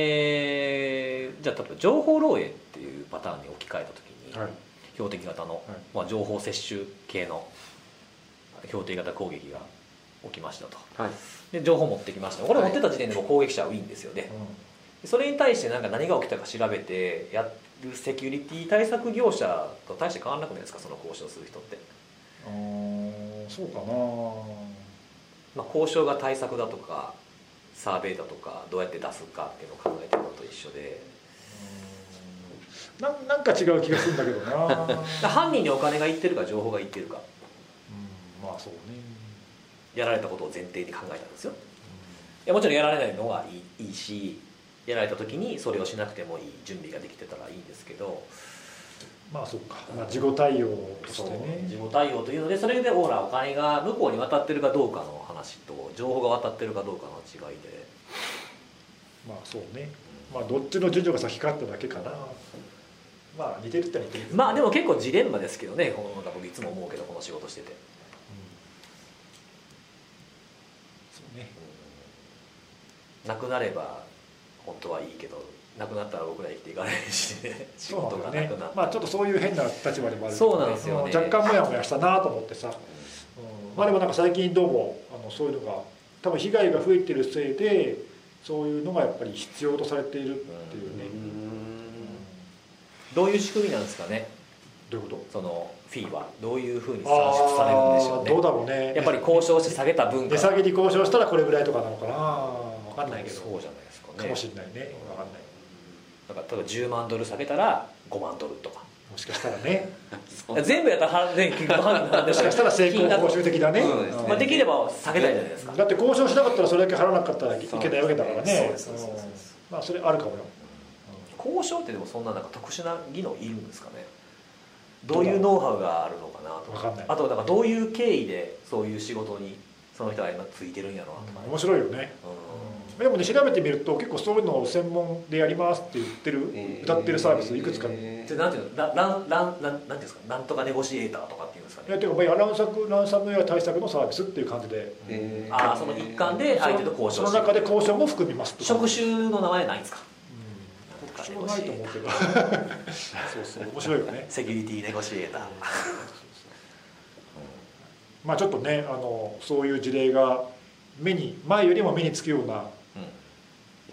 [SPEAKER 1] でじゃあ例えば情報漏洩っていうパターンに置き換えた時に、
[SPEAKER 2] はい
[SPEAKER 1] 標的型の、まあ、情報摂取系の標的型攻撃が起きましたと
[SPEAKER 3] はい
[SPEAKER 1] で情報持ってきましたこれ持ってた時点でもう攻撃者はウィンですよね、それに対してなんか何が起きたか調べてやるセキュリティ対策業者と大して変わらなくないですかその交渉する人って、
[SPEAKER 2] うんあーそうかな
[SPEAKER 1] まあ、交渉が対策だとかサーベイだとかどうやって出すかっていうのを考えてるのと一緒で
[SPEAKER 2] うんななんか違う気がするんだけど な、うん
[SPEAKER 1] だから犯人にお金がいってるか情報がいってるか
[SPEAKER 2] まあそうね、
[SPEAKER 1] やられたことを前提に考えたんですよいやもちろんやられないのがいいいいしやられた時にそれをしなくてもいい準備ができてたらいいんですけど
[SPEAKER 2] まあそうか、まあ、事後対応とし
[SPEAKER 1] そう
[SPEAKER 2] て
[SPEAKER 1] 事
[SPEAKER 2] ね
[SPEAKER 1] 後対応というのでそれでほらお金が向こうに渡ってるかどうかの話と情報が渡ってるかどうかの違いで
[SPEAKER 2] まあそうねまあどっちの順序が先かってだけかなまあ似てるって似てる
[SPEAKER 1] まあでも結構ジレンマですけどねこのなんか僕いつも思うけどこの仕事してて
[SPEAKER 2] そうね
[SPEAKER 1] なくなれば本当はいいけどなくなったら僕ら生きていかないし、ね、 仕
[SPEAKER 2] そう
[SPEAKER 1] 事
[SPEAKER 2] な
[SPEAKER 1] が
[SPEAKER 2] ん
[SPEAKER 1] な
[SPEAKER 2] だ
[SPEAKER 1] く
[SPEAKER 2] よね
[SPEAKER 1] なった
[SPEAKER 2] まあちょっとそういう変な立場でもある
[SPEAKER 1] そうなんですよね
[SPEAKER 2] うん若干モヤモヤしたなと思ってさ、うんまあでもなんか最近どうもあのそういうのが多分被害が増えてるせいでそういうのがやっぱり必要とされているっていうね、うん
[SPEAKER 1] どういう仕組みなんですかね
[SPEAKER 2] どういうこ
[SPEAKER 1] そのフィーはどういうふうに
[SPEAKER 2] と
[SPEAKER 1] 算出されるんでしょう
[SPEAKER 2] あーどう
[SPEAKER 1] ね
[SPEAKER 2] だろうね
[SPEAKER 1] やっぱり交渉して下げた分
[SPEAKER 2] 値
[SPEAKER 1] が
[SPEAKER 2] 下げに交渉したらこれぐらいとかなのかな分かんないけど
[SPEAKER 1] そうじゃないですかね
[SPEAKER 2] かもしれないね分かんない
[SPEAKER 1] だから例えば10万ドル下げたら5万ドルとか
[SPEAKER 2] もしかしたらね
[SPEAKER 3] そうで
[SPEAKER 1] 全部やったらは全金額なんだ
[SPEAKER 2] もしかしたら成功報酬的だね
[SPEAKER 3] そうですね
[SPEAKER 1] まあ、できれば下げたいじゃないですか、
[SPEAKER 2] だって交渉しなかったらそれだけ払わなかったらいけないわけだからね
[SPEAKER 3] そうですそうですそうです
[SPEAKER 2] んまあそれあるかもよ
[SPEAKER 1] 交渉ってでもそんななんか特殊な技能いるんですかねどういうノウハウがあるのかなと
[SPEAKER 2] わかんない
[SPEAKER 1] あとなんかどういう経緯でそういう仕事にその人が今ついてるんやろうなとか、
[SPEAKER 2] 面白いよねでもね調べてみると結構そういうのを専門でやりますって言ってる、歌ってるサービスいくつか、
[SPEAKER 1] うんでなんていうのラランランランなんていうんですかなんとかネゴシエーターとかっていうんですか
[SPEAKER 2] いや
[SPEAKER 1] ね
[SPEAKER 2] ていうかまあランサムランサムウェア対策のサービスっていう感じで、
[SPEAKER 3] えー
[SPEAKER 1] ああその一環で相手と交渉して
[SPEAKER 2] その中で交渉も含みますって
[SPEAKER 1] 職種の名前ないんですかなんとか
[SPEAKER 2] し
[SPEAKER 1] ネ
[SPEAKER 2] ょう
[SPEAKER 1] ゴ
[SPEAKER 2] がな
[SPEAKER 1] シ
[SPEAKER 2] い
[SPEAKER 1] エ
[SPEAKER 2] と思
[SPEAKER 1] ー
[SPEAKER 2] う
[SPEAKER 1] ター
[SPEAKER 2] けどそうそう面白いよね
[SPEAKER 1] セキュリティネゴシエーター
[SPEAKER 2] まあちょっとねあのそういう事例が目に前よりも目につくような
[SPEAKER 3] や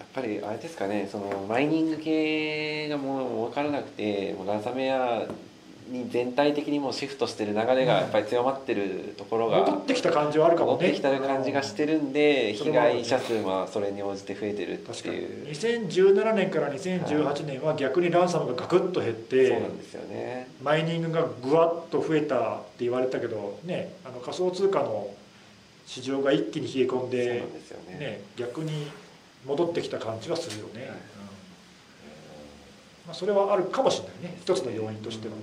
[SPEAKER 3] っぱりあれですかねそのマイニング系がもう分からなくてもうランサムウェアに全体的にもうシフトしてる流れがやっぱり強まってるところが
[SPEAKER 2] 戻ってきた感じはあるか
[SPEAKER 3] 戻
[SPEAKER 2] も
[SPEAKER 3] っ
[SPEAKER 2] ね
[SPEAKER 3] てきた感じがしてるんで
[SPEAKER 2] それ
[SPEAKER 3] 被
[SPEAKER 2] もある
[SPEAKER 3] 害者数はそれに応じて増えてるっ
[SPEAKER 2] 確
[SPEAKER 3] て
[SPEAKER 2] かに
[SPEAKER 3] いう
[SPEAKER 2] 2017年から2018年は逆にランサムがガクッと減っ
[SPEAKER 3] そう
[SPEAKER 2] て
[SPEAKER 3] なんですよね
[SPEAKER 2] マイニングがぐわっと増えたって言われたけどねあの仮想通貨の市場が一気に冷え込ん
[SPEAKER 3] そうな
[SPEAKER 2] で
[SPEAKER 3] んですよね
[SPEAKER 2] ね逆に戻ってきた感じはするよね、
[SPEAKER 3] はい
[SPEAKER 2] うんまあ、それはあるかもしれないね一つの要因としては
[SPEAKER 3] うん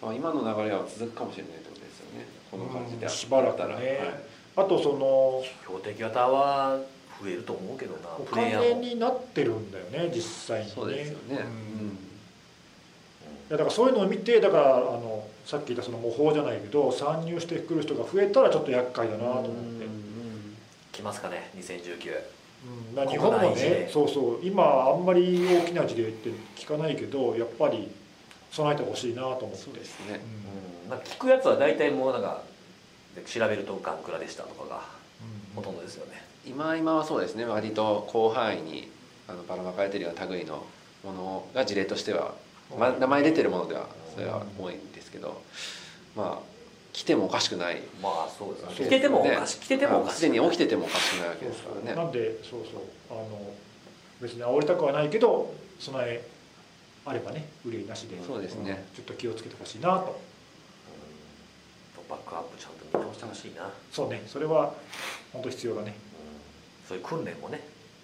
[SPEAKER 3] まあ、今の流れは続くかもしれないってことですよねこの感じで
[SPEAKER 2] うんしばらくね
[SPEAKER 3] はい
[SPEAKER 2] あとその
[SPEAKER 1] 標的型は増えると思うけどな
[SPEAKER 2] お
[SPEAKER 1] プレイヤ
[SPEAKER 2] 金
[SPEAKER 1] ーも
[SPEAKER 2] になってるんだよね実際にね
[SPEAKER 3] そうですよね、
[SPEAKER 2] うん
[SPEAKER 3] うん
[SPEAKER 2] いやだからそういうのを見てだからあのさっき言ったその模倣じゃないけど参入してくる人が増えたらちょっと厄介だなと思って、
[SPEAKER 3] うん
[SPEAKER 1] 来ますかね2019
[SPEAKER 2] うんだから日本も
[SPEAKER 1] 国内事
[SPEAKER 2] ね
[SPEAKER 1] 例
[SPEAKER 2] そうそう今あんまり大きな事例って聞かないけどやっぱり備えてほしいなと思って
[SPEAKER 3] そうですね、
[SPEAKER 2] うん
[SPEAKER 1] うんなんか聞くやつは大体もうなんか調べるとガンクラでしたとかがほとんどですよね
[SPEAKER 3] 今今はそうですね割と広範囲にあのばらまかれてるような類のものが事例としては、まあ、名前出てるものではそれは多いんですけどまあ来てもおかしくない
[SPEAKER 1] まあそうですね
[SPEAKER 3] そうですね
[SPEAKER 1] 着ててもおかしい着ててもお
[SPEAKER 3] あ
[SPEAKER 1] か
[SPEAKER 3] す
[SPEAKER 1] し
[SPEAKER 3] で
[SPEAKER 1] い
[SPEAKER 3] に起きててもおかしくないわけ
[SPEAKER 2] そう
[SPEAKER 3] ですか
[SPEAKER 2] そう
[SPEAKER 3] ら
[SPEAKER 2] な
[SPEAKER 3] ね
[SPEAKER 2] んでそうそうあの別に煽りたくはないけど備えあればね憂いなしで
[SPEAKER 3] そうですね
[SPEAKER 2] んちょっと気をつけてほしいなと
[SPEAKER 1] バックアップちゃんと見直してほしいな、うん
[SPEAKER 2] そうねそれは本当必要だね
[SPEAKER 1] そういう訓練もね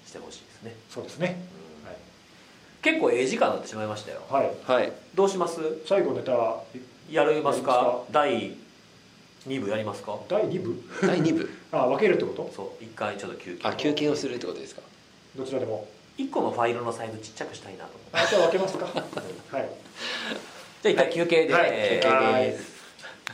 [SPEAKER 1] してほしいですね、
[SPEAKER 2] そうですね
[SPEAKER 1] うん結構ええ時間になってしまいましたよ
[SPEAKER 2] はい、はい、
[SPEAKER 3] はい
[SPEAKER 1] どうします
[SPEAKER 2] 最後のネタ
[SPEAKER 1] やります
[SPEAKER 2] やり
[SPEAKER 1] か
[SPEAKER 2] ますか
[SPEAKER 1] 第2部やりますか
[SPEAKER 2] 第2部
[SPEAKER 3] 第2部
[SPEAKER 2] あ分けるってこと
[SPEAKER 1] そう一回ちょっと休憩
[SPEAKER 3] あ休憩をするってことですか
[SPEAKER 2] どちらでも
[SPEAKER 1] 1個のファイルのサイズちっちゃくしたいなと思って
[SPEAKER 2] あじゃあ分けますかはい
[SPEAKER 1] じゃあ一回休憩で、
[SPEAKER 2] はい
[SPEAKER 1] えー
[SPEAKER 2] 休憩です